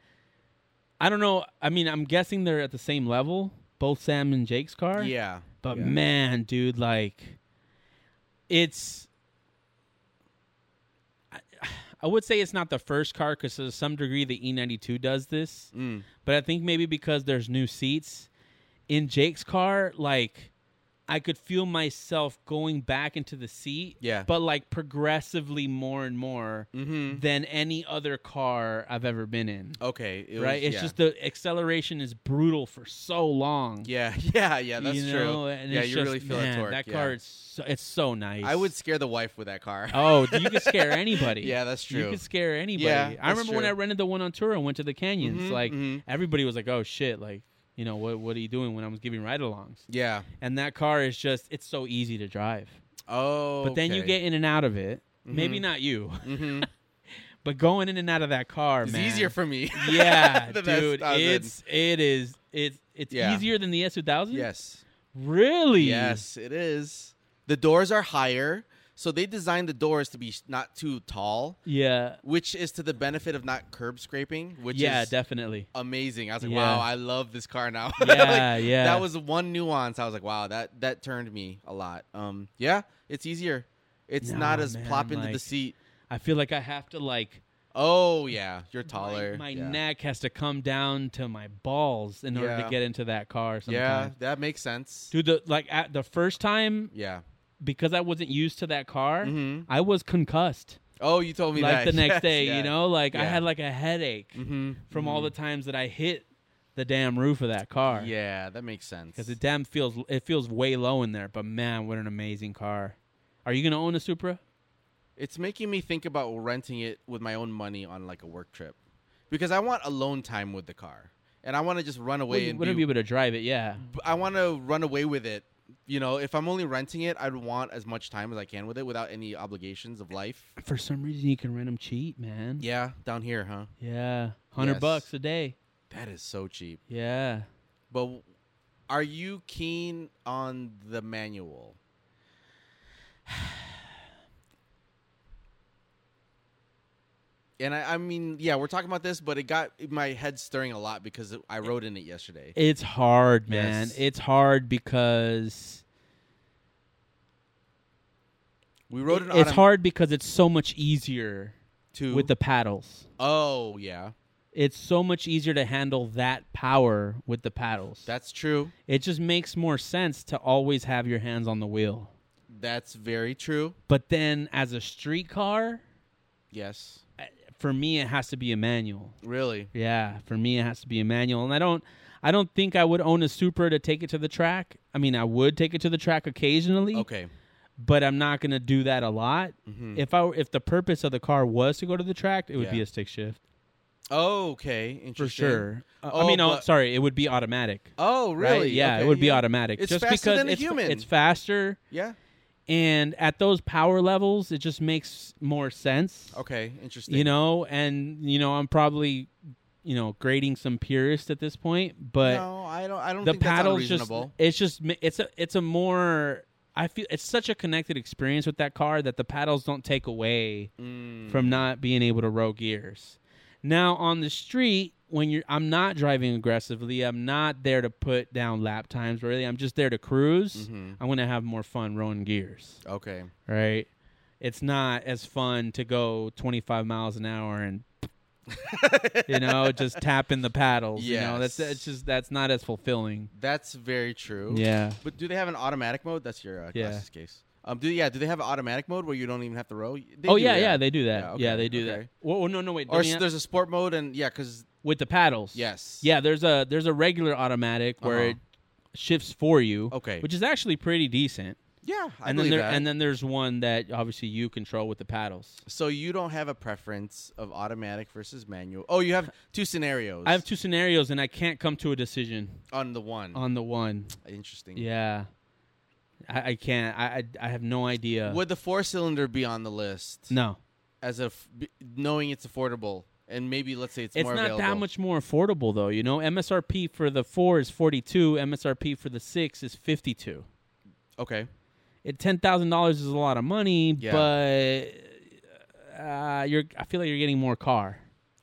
I don't know. I mean, I'm guessing they're at the same level, both Sam and Jake's car.
Yeah.
But
Yeah.
man, dude, like it's I- I would say it's not the first car because to some degree the E92 does this,
Mm.
but I think maybe because there's new seats in Jake's car, like I could feel myself going back into the seat,
Yeah.
but like progressively more and more
Mm-hmm.
than any other car I've ever been in.
Okay. It was-
right? It's
yeah.
just the acceleration is brutal for so long.
Yeah. Yeah. Yeah. That's
You
true.
know, and
yeah.
it's
You
just,
really feel
man,
that torque. yeah.
car is so, it's so nice.
I would scare the wife with that car.
Oh, dude, you could scare anybody.
yeah. That's true.
You could scare anybody.
Yeah,
I
that's
remember when
true.
I rented the one on tour and went to the canyons.
Mhm,
like
mhm.
everybody was like, "Oh shit!" Like you know what? What are you doing when I was giving ride-alongs?
yeah.
And that car is just—it's so easy to drive.
Oh.
But then you get in and out of it.
Mm-hmm.
Maybe not you,
hmm
but going in and out of that car,
It's
man.
easier for me.
yeah,
than that
dude.
1000.
It's it is it's it's
Yeah.
easier than the S two thousand.
Yes.
Really?
Yes, it is. The doors are higher, so they designed the doors to be s- not too tall,
Yeah.
which is to the benefit of not curb scraping, which
yeah,
is
definitely.
amazing. I was like,
Yeah.
wow, I love this car now. Like,
Yeah, yeah.
That was one nuance. I was like, wow, that that turned me a lot. Um, yeah, it's easier. It's
No,
not as
man,
plop into the
like-
seat.
I feel like I have to like
Oh yeah, you're
my-
taller.
My,
yeah.
neck has to come down to my balls in order
Yeah.
to get into that car.
Yeah,
Sometimes.
that makes sense.
Dude, the, like at the first time
Yeah.
because I wasn't used to that car,
Mhm.
I was concussed.
Oh, you told me
like
that
the next
Yes,
day,
yeah.
you know, like I
Yeah.
had like a headache
Mhm,
from
mhm.
all the times that I hit the damn roof of that car.
Yeah, that makes sense.
because it damn feels it feels way low in there. But man, what an amazing car! Are you gonna own a Supra?
It's making me think about renting it with my own money on like a work trip, because I want alone time with the car, and I want to just run away
Well, you
and
wouldn't
be,
be able to drive it. Yeah,
I want to run away with it. You know, if I'm only renting it, I'd want as much time as I can with it without any obligations of life.
for some reason you can rent them cheap, man.
Yeah, down here, huh?
Yeah, hundred
Yes.
bucks a day.
That is so cheap.
Yeah,
But w- are you keen on the manual? And I, I mean, yeah, we're talking about this, but it got my head stirring a lot because I rode in it yesterday.
it's hard, man.
Yes.
It's hard because
We rode an
it's
autom-
hard because it's so much easier
to
with the paddles.
oh yeah,
It's so much easier to handle that power with the paddles.
that's true.
it just makes more sense to always have your hands on the wheel.
That's very true.
But then, as a street car,
Yes,
for me it has to be a manual
really.
yeah for me it has to be a manual and i don't i don't think i would own a supra to take it to the track i mean i would take it to the track occasionally
Okay.
but i'm not going to do that a lot
Mhm.
if i were- if the purpose of the car was to go to the track it would be
Yeah.
a stick shift
Okay, interesting.
for sure Uh, i
Oh,
mean oh,
but-
sorry it would be automatic
Oh,
right?
really?
yeah
Okay,
it would be
yeah.
automatic
It's
just
faster
because
than a
it's,
human.
it's faster
Yeah.
and at those power levels it just makes more sense
Okay. Interesting.
you know and you know i'm probably you know grading some purist at this point but
no, I don't. I don't
the
think that's
paddles just
unreasonable.
it's just ma- it's a it's a more i feel it's such a connected experience with that car that the paddles don't take away
Mm.
from not being able to row gears now on the street when you're i'm not driving aggressively i'm not there to put down lap times really i'm just there to cruise
Mhm.
i'm going to have more fun rowing gears
Okay.
right? It's not as fun to go 25 miles an hour and you know just tapping the paddles. You know that's
Yes.
it's just that's not as fulfilling.
That's very true.
Yeah.
But do they have an automatic mode? That's your uh,
Yeah.
glasses case. Um. Do yeah? Do they have an automatic mode where you don't even have to row? They
oh
do,
yeah, yeah, they do that. Yeah,
Yeah, okay,
they do that.
okay.
Well, well, no, no, wait.
Or
don't
s-
you-
there's a sport mode and yeah, because
with the paddles.
yes.
Yeah, there's a there's a regular automatic where
Uh-huh.
it shifts for you.
Okay.
Which is actually pretty decent.
Yeah.
and
I
then
believe
there
that.
and then there's one that obviously you control with the paddles.
so you don't have a preference of automatic versus manual. Oh, you have two scenarios.
I have two scenarios and I can't come to a decision
on the one.
on the one.
Interesting.
Yeah, I, I can't. I, I I have no idea.
Would the four cylinder be on the list
no,
as of knowing it's affordable and maybe let's say it's,
it's
more
not
available.
that much more affordable though. You know, MSRP for the four is forty two. MSRP for the six is fifty two.
Okay.
it ten thousand dollars is a lot of money,
Yeah.
but uh, you're I feel like you're getting more car.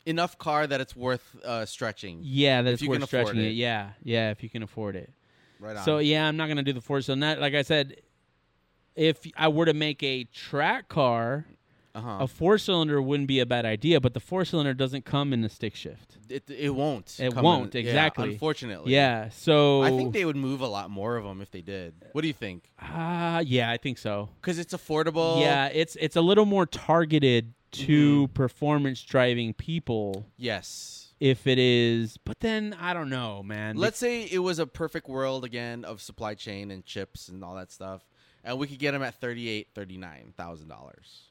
Enough car that it's worth uh, stretching.
Yeah, that's
you
worth
can afford
stretching it.
it.
Yeah, yeah, if you can afford it.
Right on.
So yeah, I'm not gonna do the Ford. So not like I said, if I were to make a track car,
uh-huh.
a four cylinder wouldn't be a bad idea. But the four cylinder doesn't come in the stick shift.
it, it won't.
It
come
won't,
yeah,
exactly.
unfortunately.
yeah. So
Oh, I think they would move a lot more of them if they did. What do you think?
Ah, yeah, I think so.
Because it's affordable.
Yeah, it's it's a little more targeted
Mm-hmm.
to performance driving people
Yes.
if it is. But then I don't know, man.
Let's say it was a perfect world again of supply chain and chips and all that stuff, and we could get them at thirty-eight, thirty-nine thousand dollars,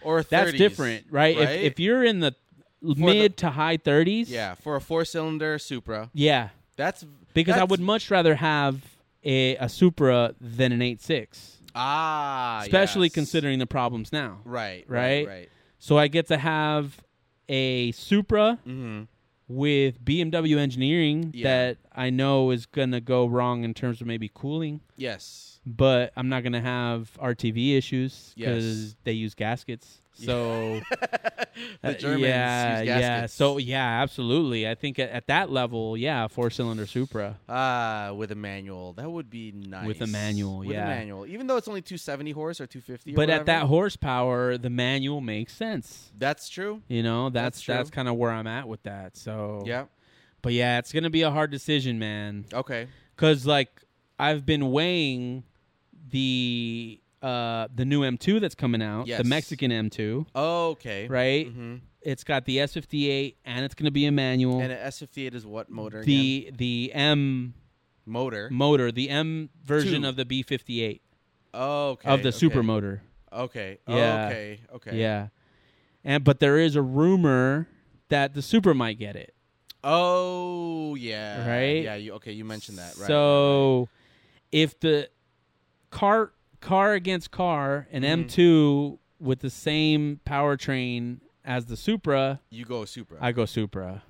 or 30s,
that's different, right?
Right?
If if you're in the mid to high 30s,
yeah, for a four-cylinder Supra,
yeah,
that's
because I
that's-
would much rather have a, a Supra than an eight six,
ah,
especially
yes.
considering the problems now.
right,
right?
right, right.
So I get to have a Supra
Mm-hmm.
with BMW engineering
Yeah.
that I know is gonna go wrong in terms of maybe cooling.
Yes,
but I'm not gonna have RTV issues because
Yes.
they use gaskets. So
the
uh,
Germans
yeah,
use
yeah.
gaskets.
So yeah, absolutely. I think at, at that level, yeah, four cylinder Supra.
ah, with a manual, that would be nice.
a manual,
with
yeah.
a manual, even though it's only two seventy horse or two fifty.
But at that horsepower, the manual makes sense.
that's true.
You know, that's
That's
that's,
true.
kind of where I'm at with that. So
Yeah.
But yeah, it's gonna be a hard decision, man.
Okay.
Cause like I've been weighing the uh the new M2 that's coming out, the
Yes.
Mexican M2,
Okay.
right?
Mm-hmm.
It's got the S58 and it's going to be a manual.
And an S58 is what motor? again?
the the M
motor.
motor, the M version
Two.
of the B58
Oh, okay.
of the
okay.
super motor.
Okay.
Yeah.
Okay. Okay.
Yeah. And but there is a rumor that the super might get it.
Oh, yeah.
Right?
Yeah. You okay? You mentioned that, right?
So if the car car against car
Mm-hmm.
an M2 with the same powertrain as the Supra,
you go Supra.
I go Supra.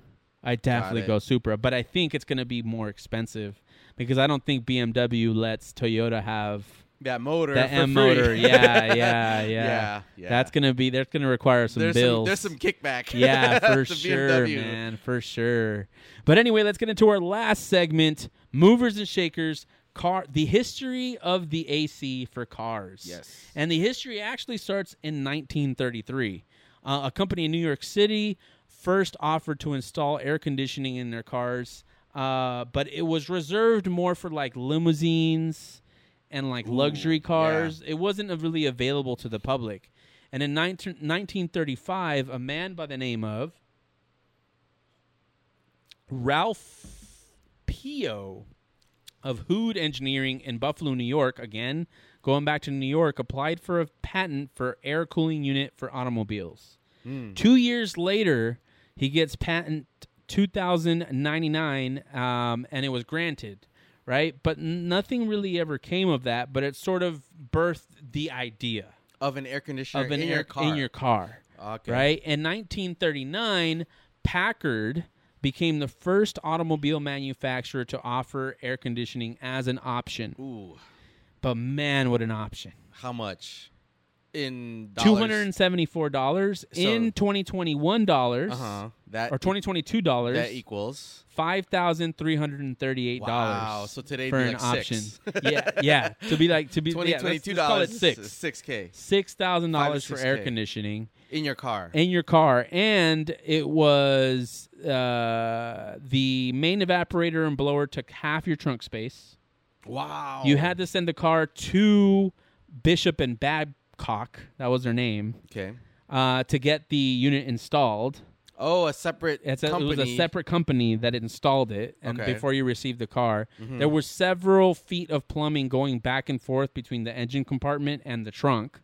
I definitely
it.
go Supra, but I think it's going to be more expensive because I don't think BMW lets Toyota have
that motor.
that
for
M
free.
motor. Yeah, yeah, yeah,
Yeah, yeah.
That's going to be that's going to require some
there's
bills.
some there's some kickback.
yeah, for
The
sure,
BMW.
man, for sure. But anyway, let's get into our last segment, movers and shakers, car the history of the AC for cars.
Yes.
And the history actually starts in 1933. Uh, a company in New York City first offered to install air conditioning in their cars, uh, but it was reserved more for like limousines and like luxury cars. It wasn't uh, really available to the public. And in 19- 1935, a man by the name of Ralph Pio of Hood Engineering in Buffalo, New York, again, going back to New York, applied for a patent for air cooling unit for automobiles.
Hmm.
Two years later, he gets patent 2099, um, and it was granted, right? But nothing really ever came of that, but it sort of birthed the idea
Of an air conditioner
of an
in
air
your car. Oh,
in your car.
Okay.
Right? In 1939, Packard became the first automobile manufacturer to offer air conditioning as an option.
Ooh,
But man, what an option.
how much? In dollars.
$274 in
So-
2021 dollars
Uh huh. That
or 2022 dollars.
that equals.
$5,338
Wow. So today
for
be
an
like
option.
Six.
yeah, yeah, to be like to be
Twenty
yeah,
twenty
let's,
two
let's call it
dollars.
6.
Six k
$6,000 for
Five to
air
6K.
conditioning.
in your car.
in your car, and it was uh, the main evaporator and blower took half your trunk space.
Wow.
You had to send the car to Bishop and Babcock, that was their name,
okay.
uh, to get the unit installed.
Oh, a separate
It's a, it
company.
was a separate company that installed it, and
Okay. Mm-hmm.
before you received the car, there were several feet of plumbing going back and forth between the engine compartment and the trunk.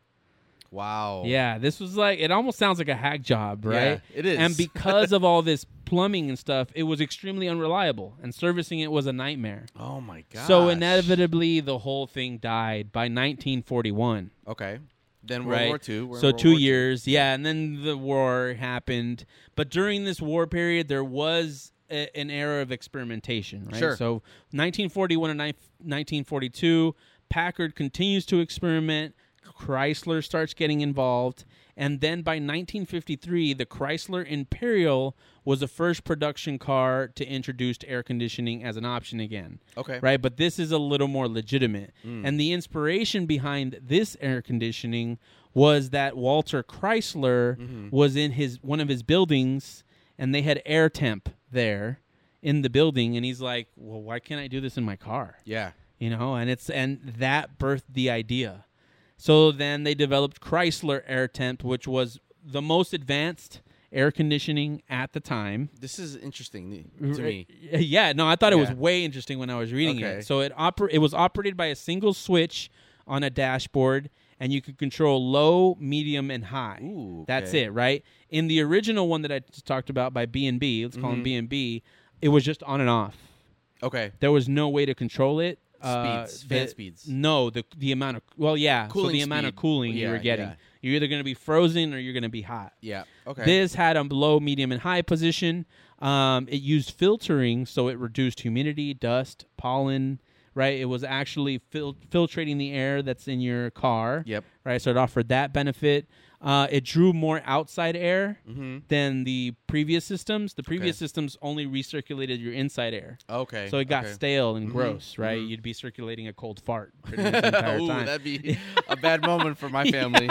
Wow.
Yeah, this was like it almost sounds like a hack job, right?
Oh. Yeah, it is.
And because of all this plumbing and stuff, it was extremely unreliable, and servicing it was a nightmare.
Oh my god.
So inevitably, the whole thing died by 1941.
Okay. Then World
Right.
War Two. we're in
so
World
two
War II.
years, yeah, and then the war happened. But during this war period, there was a, an era of experimentation, right?
Sure.
So 1941 and ni- 1942, Packard continues to experiment. Chrysler starts getting involved. And then by 1953, the Chrysler Imperial was the first production car to introduce air conditioning as an option again.
Okay.
Right? But this is a little more legitimate. And the inspiration behind this air conditioning was that Walter Chrysler was in his one of his buildings and they had air temp there in the building and he's like, "Well, why can't I do this in my car?"
Yeah.
you know and it's and that birthed the idea so then they developed chrysler air temp which was the most advanced air conditioning at the time
This is interesting to me.
yeah no i thought it was
Yeah.
way interesting when i was reading
Okay.
it so it oper- it was operated by a single switch on a dashboard and you could control low medium and high
Ooh,
that's
okay.
it right in the original one that i just talked about by b&b let's
Mm-hmm.
call them b&b it was just on and off
Okay.
there was no way to control it. Uh,
Speeds, fan
the-
speeds.
No, the the amount of well, yeah, so
Cooling
the amount of
speed.
cooling you
Yeah,
were getting.
yeah.
You're either going to be frozen or you're going to be hot.
Yeah. Okay.
This had a low, medium, and high position. Um, it used filtering, so it reduced humidity, dust, pollen. Right, it was actually fil- filtrating the air that's in your car.
Yep.
Right, so it offered that benefit. Uh, it drew more outside air than the previous systems. The previous
Mm-hmm. Okay. Oh,
systems only recirculated your inside air.
okay.
So it got
okay. Mm-hmm.
stale and gross, right? You'd be circulating a cold fart pretty much the entire
Ooh,
time.
that'd be a bad moment for my family.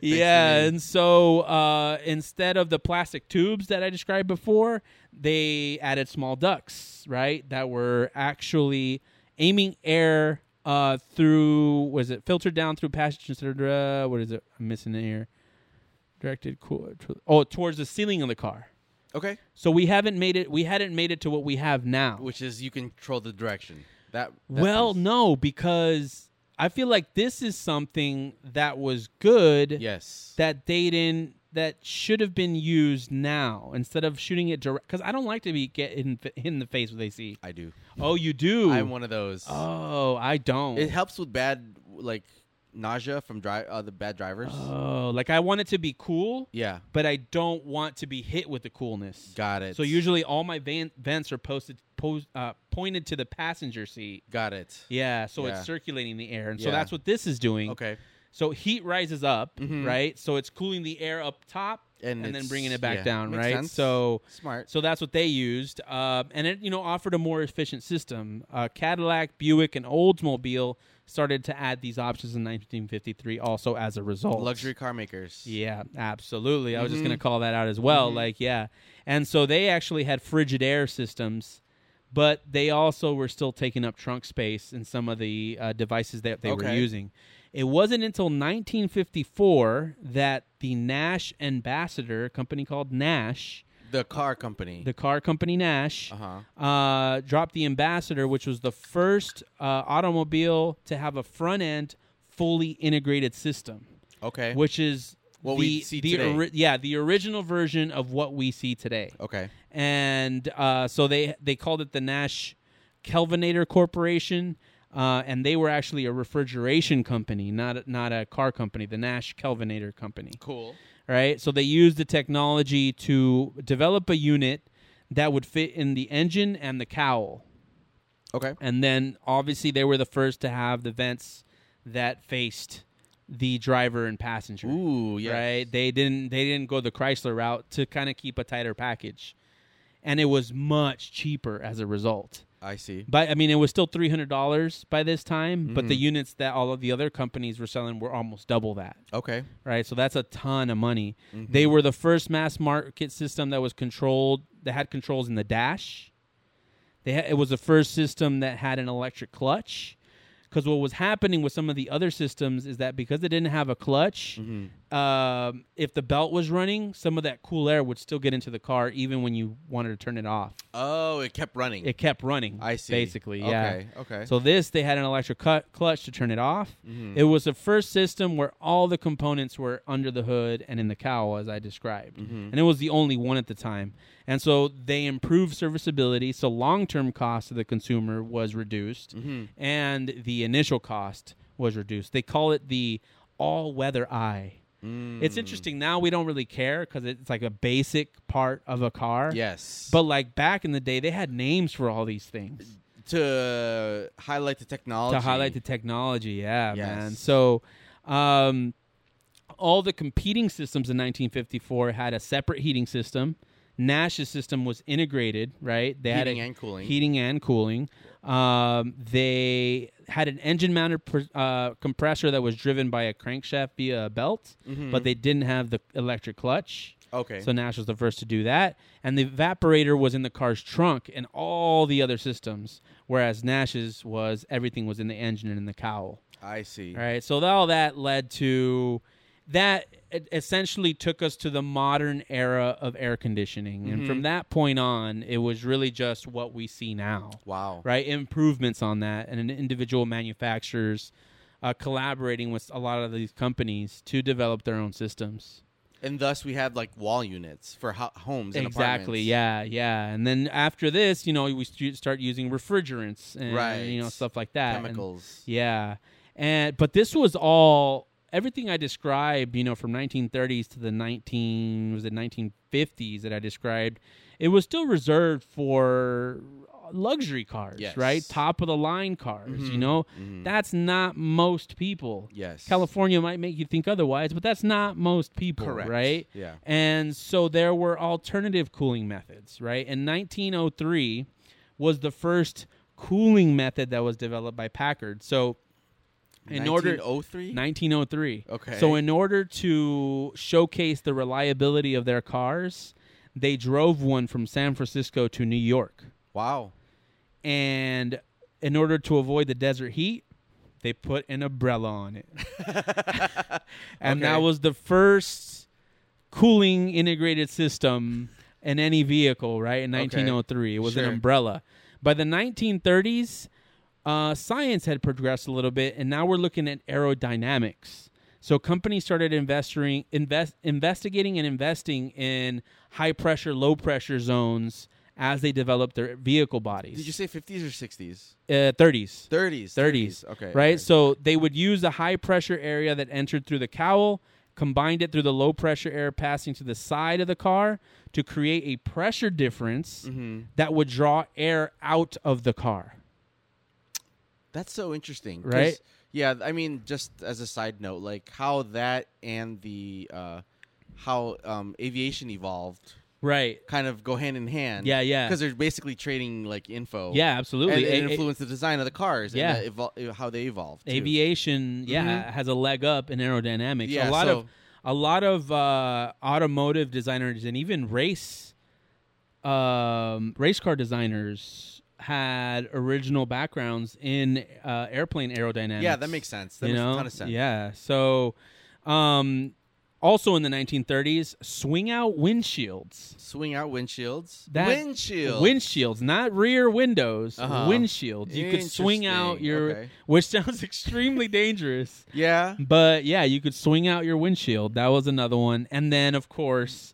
yeah,
me.
and so uh, instead of the plastic tubes that I described before, they added small ducts, right? That were actually aiming air uh, through. Was it filtered down through passage instead of uh, what is it? I'm missing it here. Directed co- oh towards the ceiling of the car.
Okay.
So we haven't made it. We hadn't made it to what we have now.
Which is you control the direction. That. that
Well,
piece.
no, because I feel like this is something that was good
Yes.
that they didn't that should have been used now instead of shooting it direct. Because I don't like to be get in, hit in the face with AC.
I do.
Oh, you do.
I'm one of those.
oh, I don't.
It helps with bad like nausea from dri- uh, the bad drivers.
oh, like I want it to be cool,
yeah.
but I don't want to be hit with the coolness.
Got it.
So usually all my van- vents are posted pos- uh, pointed to the passenger seat.
Got it.
Yeah, so
Yeah.
it's circulating the air, and so
Yeah.
that's what this is doing.
Okay.
So heat rises up,
Mhm.
right? So it's cooling the air up top and,
And
then
it's-
bringing it back
yeah.
down,
Makes
right?
sense.
So
Smart.
so that's what they used, Um and it you know offered a more efficient system. Uh, Cadillac, Buick, and Oldsmobile started to add these options in 1953, also as a result.
Luxury Mm-hmm. car makers.
Yeah, absolutely. I was just going to call that out as well.
Mm-hmm.
Like, yeah. And so they actually had frigid air systems, but they also were still taking up trunk space in some of the uh, devices that they were
Okay.
using. It wasn't until 1954 that the Nash Ambassador, a company called Nash,
The car company.
the car company Nash,
uh-huh.
uh, dropped the Ambassador, which was the first uh, automobile to have a front end fully integrated system
Okay.
which is
Eh. What
the,
we see
the
today. Oh.
ori- yeah, the original version of what we see today.
okay.
And uh, so they they called it the Nash Kelvinator Corporation, uh, and they were actually a refrigeration company, not a- not a car company. The Nash Kelvinator Company
Cool.
right? So they used the technology to develop a unit that would fit in the engine and the cowl.
Okay.
And then obviously they were the first to have the vents that faced the driver and passenger.
Ooh, yes.
Right? They didn't they didn't go the Chrysler route to kind of keep a tighter package. And it was much cheaper as a result.
I see.
But I mean it was still $300 by this time, but
Mm-hmm.
the units that all of the other companies were selling were almost double that
Okay.
right? So that's a ton of money.
Mm-hmm.
They were the first mass market system that was controlled that had controls in the dash. They ha- it was the first system that had an electric clutch. Because what was happening with some of the other systems is that because they didn't have a clutch,
Mm-hmm.
um, if the belt was running, some of that cool air would still get into the car, even when you wanted to turn it off.
Oh, it kept running.
It kept running.
I see.
Basically, yeah.
Okay. Okay. Mm-hmm.
So this, they had an electric cut, clutch to turn it off. It was the first system where all the components were under the hood and in the cowl, as I described,
Mm-hmm.
and it was the only one at the time. And so they improved serviceability, so long-term cost to the consumer was reduced,
Mm-hmm.
and the initial cost was reduced. They call it the all-weather eye.
Mm.
It's interesting now we don't really care because it's like a basic part of a car.
yes.
But like back in the day, they had names for all these things.
to highlight the technology.
to highlight the technology. Yeah,
Yes.
man. So, um, all the competing systems in 1954 had a separate heating system. Nash's system was integrated, right? They had a,
Heating and cooling.
Heating and cooling. Um, they had an engine-mounted pr- uh, compressor that was driven by a crankshaft via a belt,
Mm-hmm.
but they didn't have the electric clutch.
Okay.
So Nash was the first to do that. And the evaporator was in the car's trunk and all the other systems, whereas Nash's was everything was in the engine and in the cowl.
I see.
All right. So all that led to that e- essentially took us to the modern era of air conditioning. And
Mm-hmm.
from that point on, it was really just what we see now
Wow.
right? Improvements on that, and an individual manufacturers uh, collaborating with a lot of these companies to develop their own systems.
And thus we had like wall units for ho- homes and
exactly.
apartments.
Yeah. Yeah. And then after this, you know, we stu- start using refrigerants and
Right.
you know stuff like that. and-
Chemicals.
yeah. And but this was all everything I described, you know, from 1930s to the 19 was it 1950s that I described. It was still reserved for luxury cars,
Yes.
right? Top of the line cars, you
Mhm.
know.
Mhm.
That's not most people.
Yes.
California might make you think otherwise, but that's not most people,
Correct.
right?
Yeah.
And so there were alternative cooling methods, right? In 1903 was the first cooling method that was developed by Packard. So in order
1903?
1903.
Okay.
So in order to showcase the reliability of their cars, they drove one from San Francisco to New York.
Wow.
And in order to avoid the desert heat, they put an umbrella on it. and
Okay.
that was the first cooling integrated system in any vehicle, right? In 1903, it was an
Sure.
umbrella. By the 1930s, uh, science had progressed a little bit, and now we're looking at aerodynamics. So companies started investing, invest, investigating and investing in high pressure, low pressure zones as they developed their vehicle bodies.
Did you say 50s or 60s?
uh, 30s?
30s.
30s.
Okay.
Right?
okay.
So they would use the high pressure area that entered through the cowl, combined it through the low pressure air passing to the side of the car to create a pressure difference
Mm-hmm.
that would draw air out of the car.
That's so interesting, 'cause-
Right?
Yeah, I mean, just as a side note, like how that and the uh, how um, aviation evolved
Right.
kind of go hand in hand.
Yeah, yeah.
Because they're basically trading like info.
Yeah, absolutely.
And
A-
it
a-
influenced the design of the cars.
Yeah.
and the evol- how they evolved. too. Mm-hmm.
aviation yeah has a leg up in aerodynamics a
Yeah,
lot of
so-
a lot of uh, automotive designers and even race um, race car designers had original backgrounds in uh, airplane aerodynamics
Yeah, that makes sense. That
you
makes
know?
a ton of sense.
yeah so um, also in the 1930s swing out windshields
Swing out windshields.
That-
Windshield.
windshields, not rear windows.
Uh-huh.
Windshields. You could swing out
Interesting.
your,
Okay.
which sounds extremely dangerous.
Yeah.
But yeah, you could swing out your windshield. That was another one. And then, of course,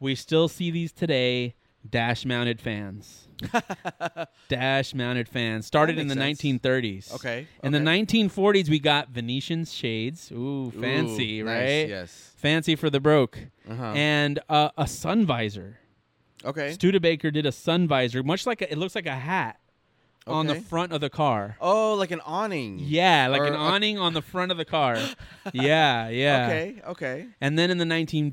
we still see these today dash mounted fans. dash mounted fans. Started
That
in the
makes sense.
1930s.
Okay,
In the
okay.
1940s, we got Venetian shades. Ooh,
Ooh,
fancy,
nice,
right?
yes.
Fancy for the broke.
Uh-huh.
And uh, a sun visor.
Okay.
Studebaker did a sun visor, much like a, it looks like a hat on the
Okay.
front of the car.
oh, like an awning.
Yeah, like
Or
an
a-
awning on the front of the car. yeah, yeah.
Okay. Okay.
And then in the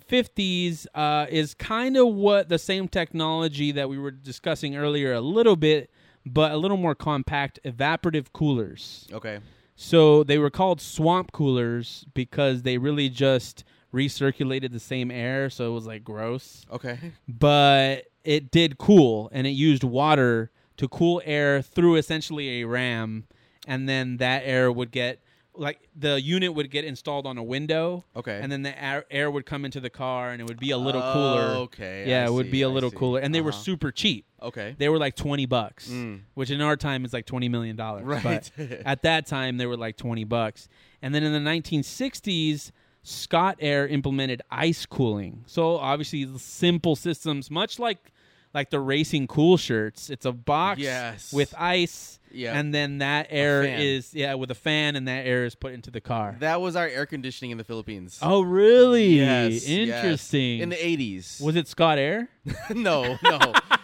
1950s uh, is kind of what the same technology that we were discussing earlier a little bit, but a little more compact evaporative coolers.
Okay.
So they were called swamp coolers because they really just recirculated the same air, so it was like gross.
Okay.
But it did cool and it used water to cool air through essentially a ram and then that air would get like the unit would get installed on a window
Okay.
and then the air, air would come into the car and it would be a little cooler
Okay.
yeah
I
it would
see,
be a
I
little
see.
cooler and they were
Uh-huh.
super cheap
Okay.
they were like 20 bucks
Mm.
which in our time is like 20 million dollars
Right.
at that time they were like 20 bucks and then in the 1960s scott air implemented ice cooling so obviously simple systems much like like the racing cool shirts it's a box
Yes.
with ice
Yeah.
and then that air
fan.
is yeah with a fan, and that air is put into the car.
that was our air conditioning in the Philippines.
oh, really?
Yes, yes.
Interesting.
In the 80s.
was it Scott Air?
no, no.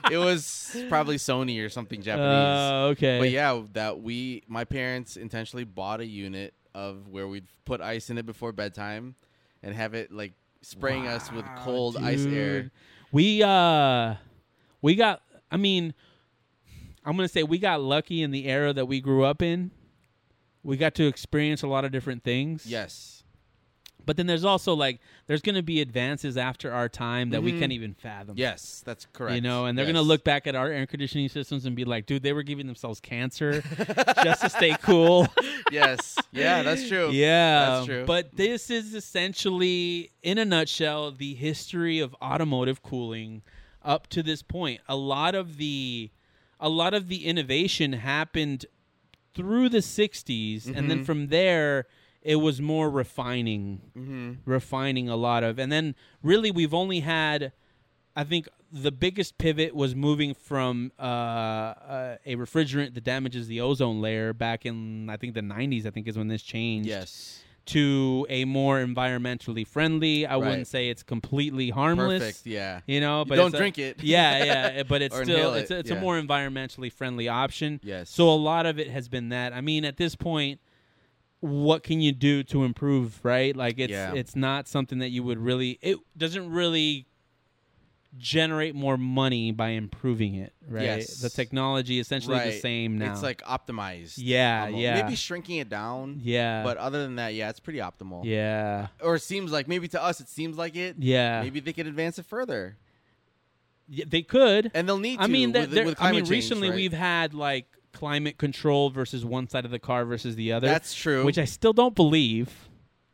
it was probably Sony or something Japanese.
Uh, okay.
But yeah, that we my parents intentionally bought a unit of where we'd put ice in it before bedtime and have it like spraying us with
Wow,
cold ice air.
dude. We uh we got I mean I'm going to say we got lucky in the era that we grew up in. We got to experience a lot of different things.
Yes.
But then there's also like there's going to be advances after our time that we can't even fathom.
Yes, that's Mm-hmm. correct.
You know, and they're going
Yes.
to look back at our air conditioning systems and be like, dude, they were giving themselves cancer just to stay cool.
Yes. Yeah, that's true.
Yeah,
That's true.
But this is essentially, in a nutshell, the history of automotive cooling up to this point. A lot of the, a lot of the innovation happened through the '60s, and
Mm-hmm.
then from there, it was more refining,
Mm-hmm.
refining a lot of, and then really we've only had, I think. The biggest pivot was moving from uh, uh, a refrigerant that damages the ozone layer back in, I think, the 90s. I think is when this changed
Yes.
to a more environmentally friendly. I
Right.
wouldn't say it's completely harmless.
Perfect. Yeah.
You know, but
don't
it's a-
drink it.
yeah, yeah, but it's
Or
still
inhale
it's,
it,
a, it's
yeah.
a more environmentally friendly option.
Yes.
So a lot of it has been that. I mean, at this point, what can you do to improve, right? Like it's
Yeah.
it's not something that you would really it doesn't really generate more money by improving it, right?
Yes.
The technology is essentially the
Right.
same now.
It's like optimized.
Yeah,
almost.
yeah.
Maybe shrinking it down.
yeah.
But other than that, yeah, it's pretty optimal.
yeah.
Or it seems like maybe to us it seems like it.
Yeah.
Maybe they could advance it further.
Y- they could.
And they'll need to
I mean, that
with,
there-
with
I
climate
mean,
change,
recently
right?
we've had like climate control versus one side of the car versus the other.
That's true.
which I still don't believe.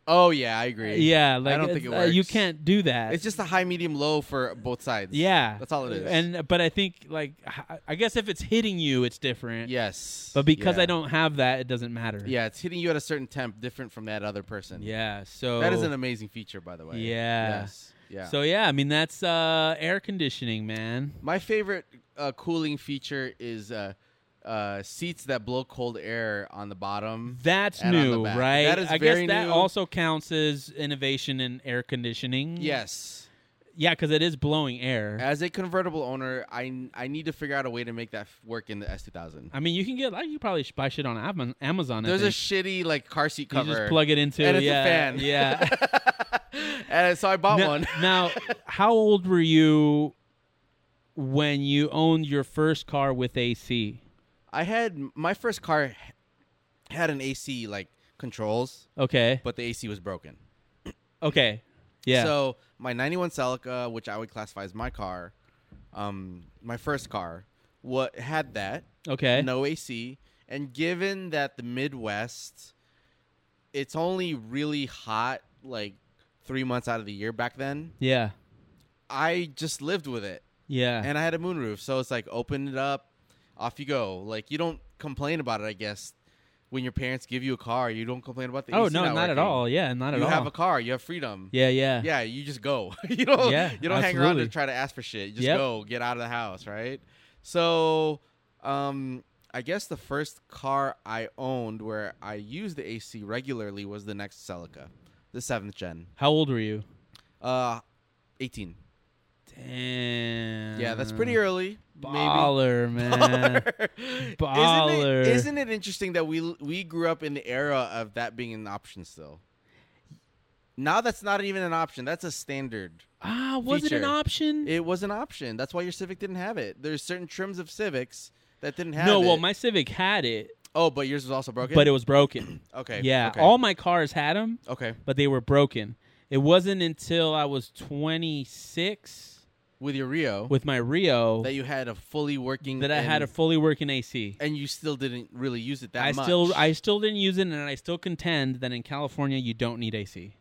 Oh yeah, I agree.
Yeah, like
I don't think it
uh, you
works.
can't do that.
It's just a high, medium, low for both sides.
yeah,
that's all it is.
And but I think like I- I guess if it's hitting you, it's different.
yes,
but because
Yeah.
I don't have that, it doesn't matter.
yeah, it's hitting you at a certain temp, different from that other person.
yeah. So
that is an amazing feature, by the way.
Yeah.
yes, yeah.
So yeah, I mean that's uh, air conditioning, man.
my favorite uh, cooling feature is uh, uh, seats that blow cold air on the bottom.
That's
And on the
new,
back.
right?
That is
I
very
guess that
new.
also counts as innovation in air conditioning.
yes,
Yeah, because it is blowing air.
as a convertible owner, I I need to figure out a way to make that f- work in the S two thousand.
I mean, you can get like you probably should buy shit on Am- Amazon. I
There's a
think.
shitty like car seat
you
cover.
just plug it into
and it's
yeah,
a fan.
yeah.
and so I bought
now,
one.
now, how old were you when you owned your first car with AC?
I had my first car h- had an AC like controls,
Okay,
but the AC was broken.
okay, yeah,
So my '91 Celica, which I would classify as my car, um, my first car, what had that
okay,
no AC, and given that the Midwest, it's only really hot like three months out of the year back then.
yeah,
I just lived with it.
yeah,
and I had a moonroof, so it's like open it up, off you go. Like you don't complain about it, I guess. When your parents give you a car, you don't complain about the.
oh
AC
no, not at
working.
all, yeah, not at
you
all,
have a car, you have freedom.
yeah, yeah,
Yeah, you just go. you don't.
Yeah,
you don't hang around to
absolutely.
try to ask for shit. You just
Yep.
go, get out of the house, right? So, um, I guess the first car I owned where I used the AC regularly was the next Celica, the seventh gen,
How old were you?
uh, eighteen.
Damn.
Yeah, that's pretty early. Maybe.
Uh, Baller, man. Baller.
Isn't it, isn't it interesting that we we grew up in the era of that being an option still? Now that's not even an option. That's a standard.
ah, was it an
Feature.
option?
It was an option. That's why your Civic didn't have it. There's certain trims of Civics that didn't have
no,
it.
well, my Civic had it,
oh, but yours was also broken.
but it was broken.
okay.
Yeah,
Okay.
all my cars had them,
okay.
but they were broken. It wasn't until I was 26
With your Rio,
with my Rio
that you had a fully working
that I had
and-
a fully working AC.
and you still didn't really use it that
I
much.
still I still didn't use it, and I still contend that in California you don't need AC.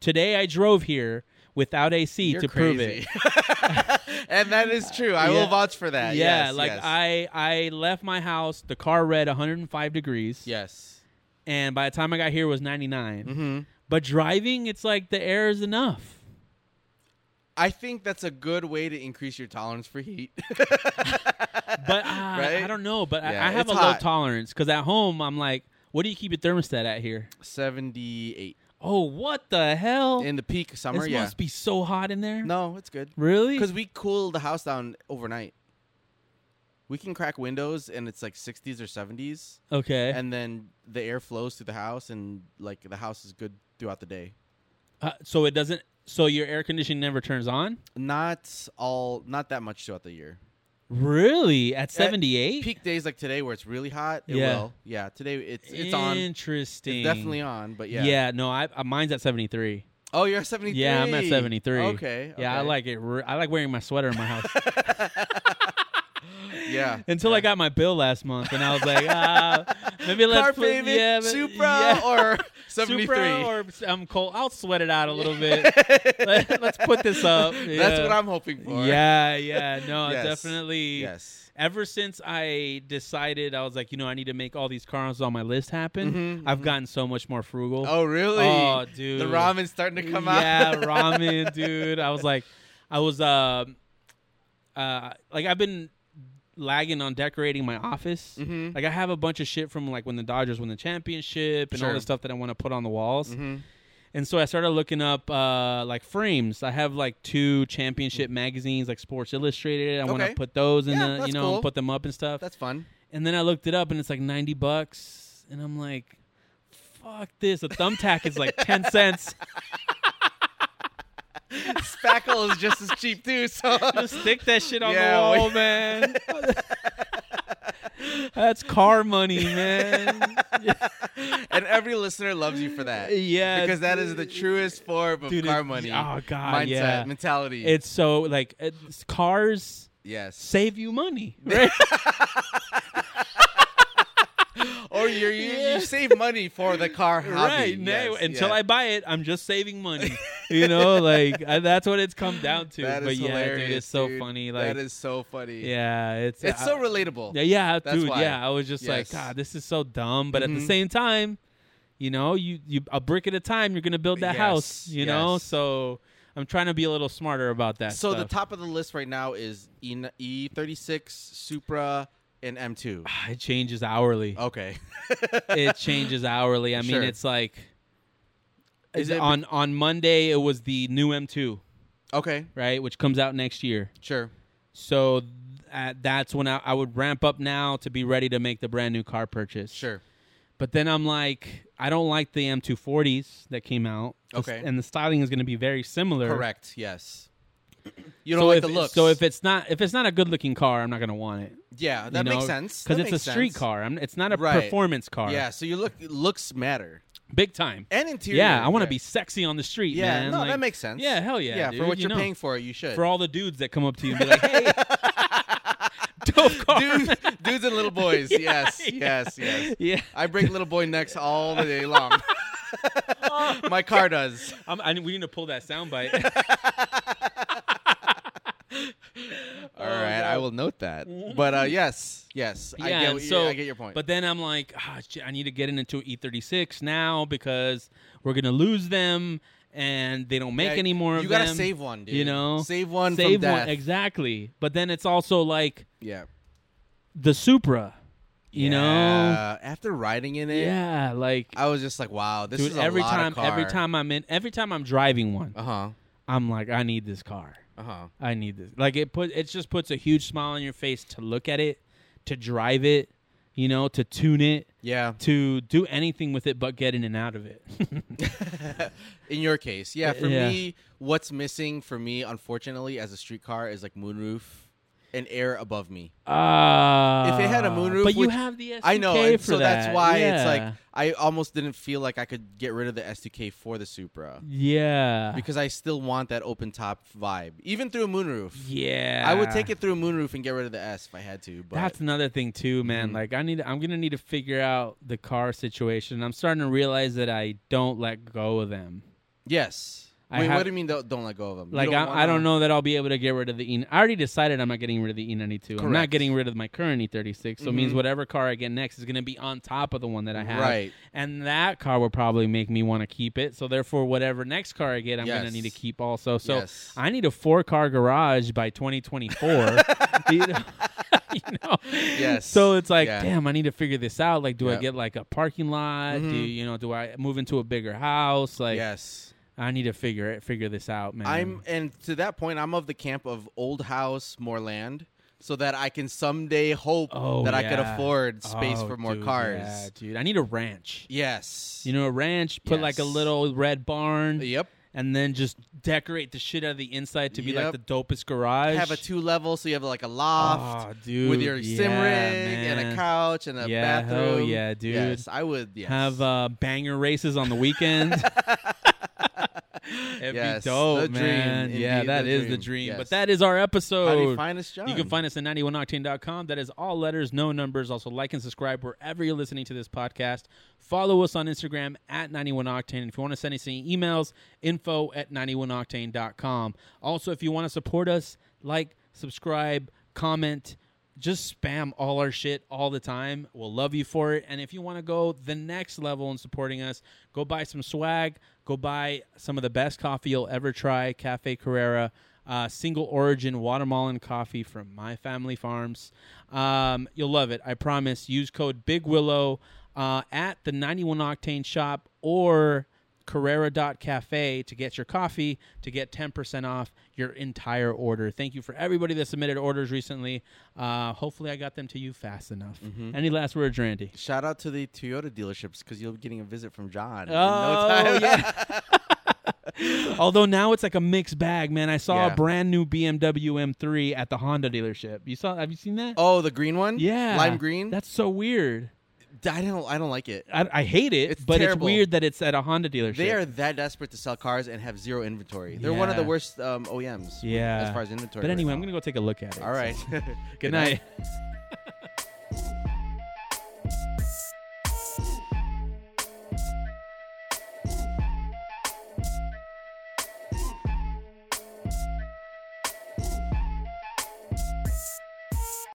Today I drove here without AC
You're
to prove it.
crazy. and that is true. I will
Yeah.
vouch for that.
yeah,
Yes,
like
yes.
I I left my house, the car read 105 degrees,
Yes.
and by the time I got here it was 99.
Mm-hmm.
But driving, it's like the air is enough.
I think that's a good way to increase your tolerance for heat.
But I- I
Right?
don't know. But I-
Yeah,
I, have
it's
a low
hot.
tolerance because at home I'm like, what do you keep your thermostat at here?
78
Oh, what the hell?
in the peak summer.
This
yeah.
must be so hot in there.
no, it's good.
really?
Because we cool the house down overnight. We can crack windows and it's like 60s or 70s,
okay.
and then the air flows through the house, and like the house is good throughout the day.
Uh, so it doesn't. So your air conditioning never turns on.
Not all, not that much throughout the year.
Really? At seventy eight?
Peak days like today where it's really hot, it
Yeah.
will. Yeah, today it's it's on.
Interesting.
It's definitely on, but yeah.
Yeah. No, I uh, mine's at seventy three.
Oh, you're 73.
Yeah, I'm at 73.
Okay.
Yeah, I
okay.
like it. re- I like wearing my sweater in my house.
Yeah.
Until I got my bill last month, and I was like, uh, maybe let's
Car
put-
payment,
yeah, but-
Supra
yeah.
or 73.
Supra or I'm cold. I'll sweat it out a little bit. Let, us put this up.
That's
Yeah.
what I'm hoping for.
Yeah, yeah, no,
Yes.
definitely.
Yes.
Ever since I decided, I was like, you know, I need to make all these cars on my list happen.
Mhm,
I've gotten so much more frugal.
Oh, really?
Oh, dude.
The ramen's starting to come
yeah,
out.
ramen, dude. I was like, I was um, uh, like I've been lagging on decorating my office.
Mhm.
Like I have a bunch of shit from like when the Dodgers won the championship and all
Sure.
the stuff that I want to put on the walls.
Mhm.
And so I started looking up uh, like frames. I have like two championship magazines, like Sports Illustrated. I want to
Okay.
put those in
Yeah,
the, you
that's
know,
cool.
and put them up and stuff.
That's fun.
and then I looked it up, and it's like ninety bucks. And I'm like, fuck this. A thumbtack is like ten cents.
Spackle is just as cheap too. So
Just stick that shit on
Yeah,
the
we-
wall, man. That's car money, man.
and every listener loves you for that.
yeah,
Because that is the truest form of
dude,
car
it-
money.
Oh god,
mindset,
yeah.
mentality.
It's so like it's, cars
yes.
save you money, right?
Or you're, you,
Yeah.
you save money for the car hobby.
right.
Yes,
no, until
yeah.
I buy it, I'm just saving money. you know, like I, that's what it's come down to.
That is
but yeah,
hilarious.
dude, it's so
dude.
funny. Like,
that is so funny.
yeah, it's
It's
I-
so relatable.
Yeah, yeah,
That's
dude.
why.
Yeah, I was just like,
Yes.
God, this is so dumb. But at the
Mhm.
same time, you know, you you a brick at a time, you're gonna build that house.
Yes,
You know,
yes.
so I'm trying to be a little smarter about that.
So the
stuff.
top of the list right now is E thirty six Supra and M two.
it changes hourly.
Okay.
It changes hourly. I mean,
Oh. Sure.
it's like.
Is
Is it
it
on on Monday? It was the new M2,
okay.
right, which comes out next year.
Sure.
So th- uh, that's when I, I would ramp up now to be ready to make the brand new car purchase.
Sure.
But then I'm like, I don't like the M240s that came out. The s-
Okay.
And the styling is going to be very similar.
Correct. Yes. You don't
so
like
if,
the looks.
So if it's not if it's not a good looking car, I'm not going to want it.
yeah, that makes sense.
because
That
it's a
makes
street
sense.
car. I'm, it's not a
Right.
performance car.
Yeah. So you look looks matter
Big time.
and interior.
yeah, I want to
yeah.
be sexy on the street.
Yeah.
man.
No,
Like,
that makes sense.
Yeah, hell yeah.
Yeah.
dude,
for what
you
you're
know.
paying for, it, you should.
for all the dudes that come up to you and be like, hey, dope car.
Dude, dudes and little boys.
Yeah,
yes.
yeah.
Yes. Yes.
Yeah,
I break little boy necks all the day long. My car does.
I'm, I, we need to pull that soundbite.
All right, I will note that. But uh, yes, yes, I
Yeah,
get
and
what you-
so-
I get your point.
But then I'm like, ah, shit, I need to get into E36 now because we're gonna lose them, and they don't make
Yeah,
any more of
you gotta
them.
save one, dude.
you know?
save one
Save
from death.
exactly. But then it's also like
yeah,
the Supra, you know?
Yeah, after riding in it,
Yeah, like
I was just like, wow, this
dude,
is a
every
lot
time,
of car.
every time I'm in, every time I'm driving one,
uh huh,
I'm like, I need this car.
uh huh,
I need this. Like it put, it just puts a huge smile on your face to look at it, to drive it, you know, to tune it.
yeah.
to do anything with it but get in and out of it.
In your case, yeah. For
Yeah.
me, what's missing for me, unfortunately, as a street car, is like moonroof and air above me.
uh,
If it had a moonroof,
but you
which-
have the SDK
I know, and
for
so
that.
that's why
yeah.
it's like I almost didn't feel like I could get rid of the SDK for the Supra.
yeah,
because I still want that open top vibe, even through a moonroof.
yeah.
I would take it through a moonroof and get rid of the S if I had to. But
That's another thing too, man.
Mhm.
Like I need, I'm gonna need to figure out the car situation. I'm starting to realize that I don't let go of them.
yes, Wait,
I have,
what do you mean? Don't, don't let go of them.
like I, I don't know that I'll be able to get rid of the E. I already decided I'm not getting rid of the E92. I'm not
Correct.
getting rid of my current E36. So it means
Mhm.
whatever car I get next is going to be on top of the one that I have.
Right.
And that car will probably make me want to keep it. So therefore, whatever next car I get, I'm going to
Yes.
need to keep also. So
Yes.
I need a four car garage by 2024. you know? You know?
Yes.
So it's like,
Yeah.
damn, I need to figure this out. Like, do I
Yep.
get like a parking lot? Do
Mhm.
you know? Do I move into a bigger house? Like,
yes.
I need to figure it, figure this out, man.
I'm and to that point, I'm of the camp of old house, more land, so that I can someday hope
Oh,
that I could
yeah.
afford space
Oh,
for more
dude,
cars.
yeah, dude. I need a ranch.
Yes.
You know, a ranch. Put like a
Yes.
little red barn,
Yep.
and then just decorate the shit out of the inside to be like
Yep.
the dopest garage.
Have a two level, so you have like a loft
Oh, dude,
with your sim rig
yeah,
and a
man.
couch and a
Yeah, hell
bathroom.
yeah, dude.
Yes, I would. Yes.
Have uh, banger races on the weekend. It'd
Yes,
be dope,
the dream,
man. yeah,
indeed,
that
the
is the dream.
dream,
But
yes.
that is our episode.
How do you find us, John?
You can find us at 91octane.com. That is all letters, no numbers. Also, like and subscribe wherever you're listening to this podcast. Follow us on Instagram at 91octane. And if you want to send us any emails, info at 91octane.com. Also, if you want to support us, like, subscribe, comment, just spam all our shit all the time. We'll love you for it. And if you want to go the next level in supporting us, go buy some swag, go buy some of the best coffee you'll ever try, Cafe Carrera uh, single origin watermelon coffee from my family farms. Um, you'll love it. I promise. Use code Big Willow uh, at the 91 Octane shop or Carrera.cafe to get your coffee to get 10% off your entire order. Thank you for everybody that submitted orders recently. Uh, hopefully, I got them to you fast enough.
Mm-hmm.
Any last words, Randy?
Shout out to the Toyota dealerships because you'll be getting a visit from John. in no
Oh,
time.
yeah. Although now it's like a mixed bag, man. I saw a
Yeah.
brand new BMW M3 at the Honda dealership. You saw? Have you seen that?
Oh, the green one.
yeah,
lime green.
That's so weird.
I don't. I don't like it.
I, I hate it,
It's
but
terrible.
it's weird that it's at a Honda dealership.
They are that desperate to sell cars and have zero inventory. They're one of the
Yeah.
worst um, OEMs.
yeah,
As far as inventory.
But
right
anyway,
now.
I'm gonna go take a look at it.
All right.
Good night.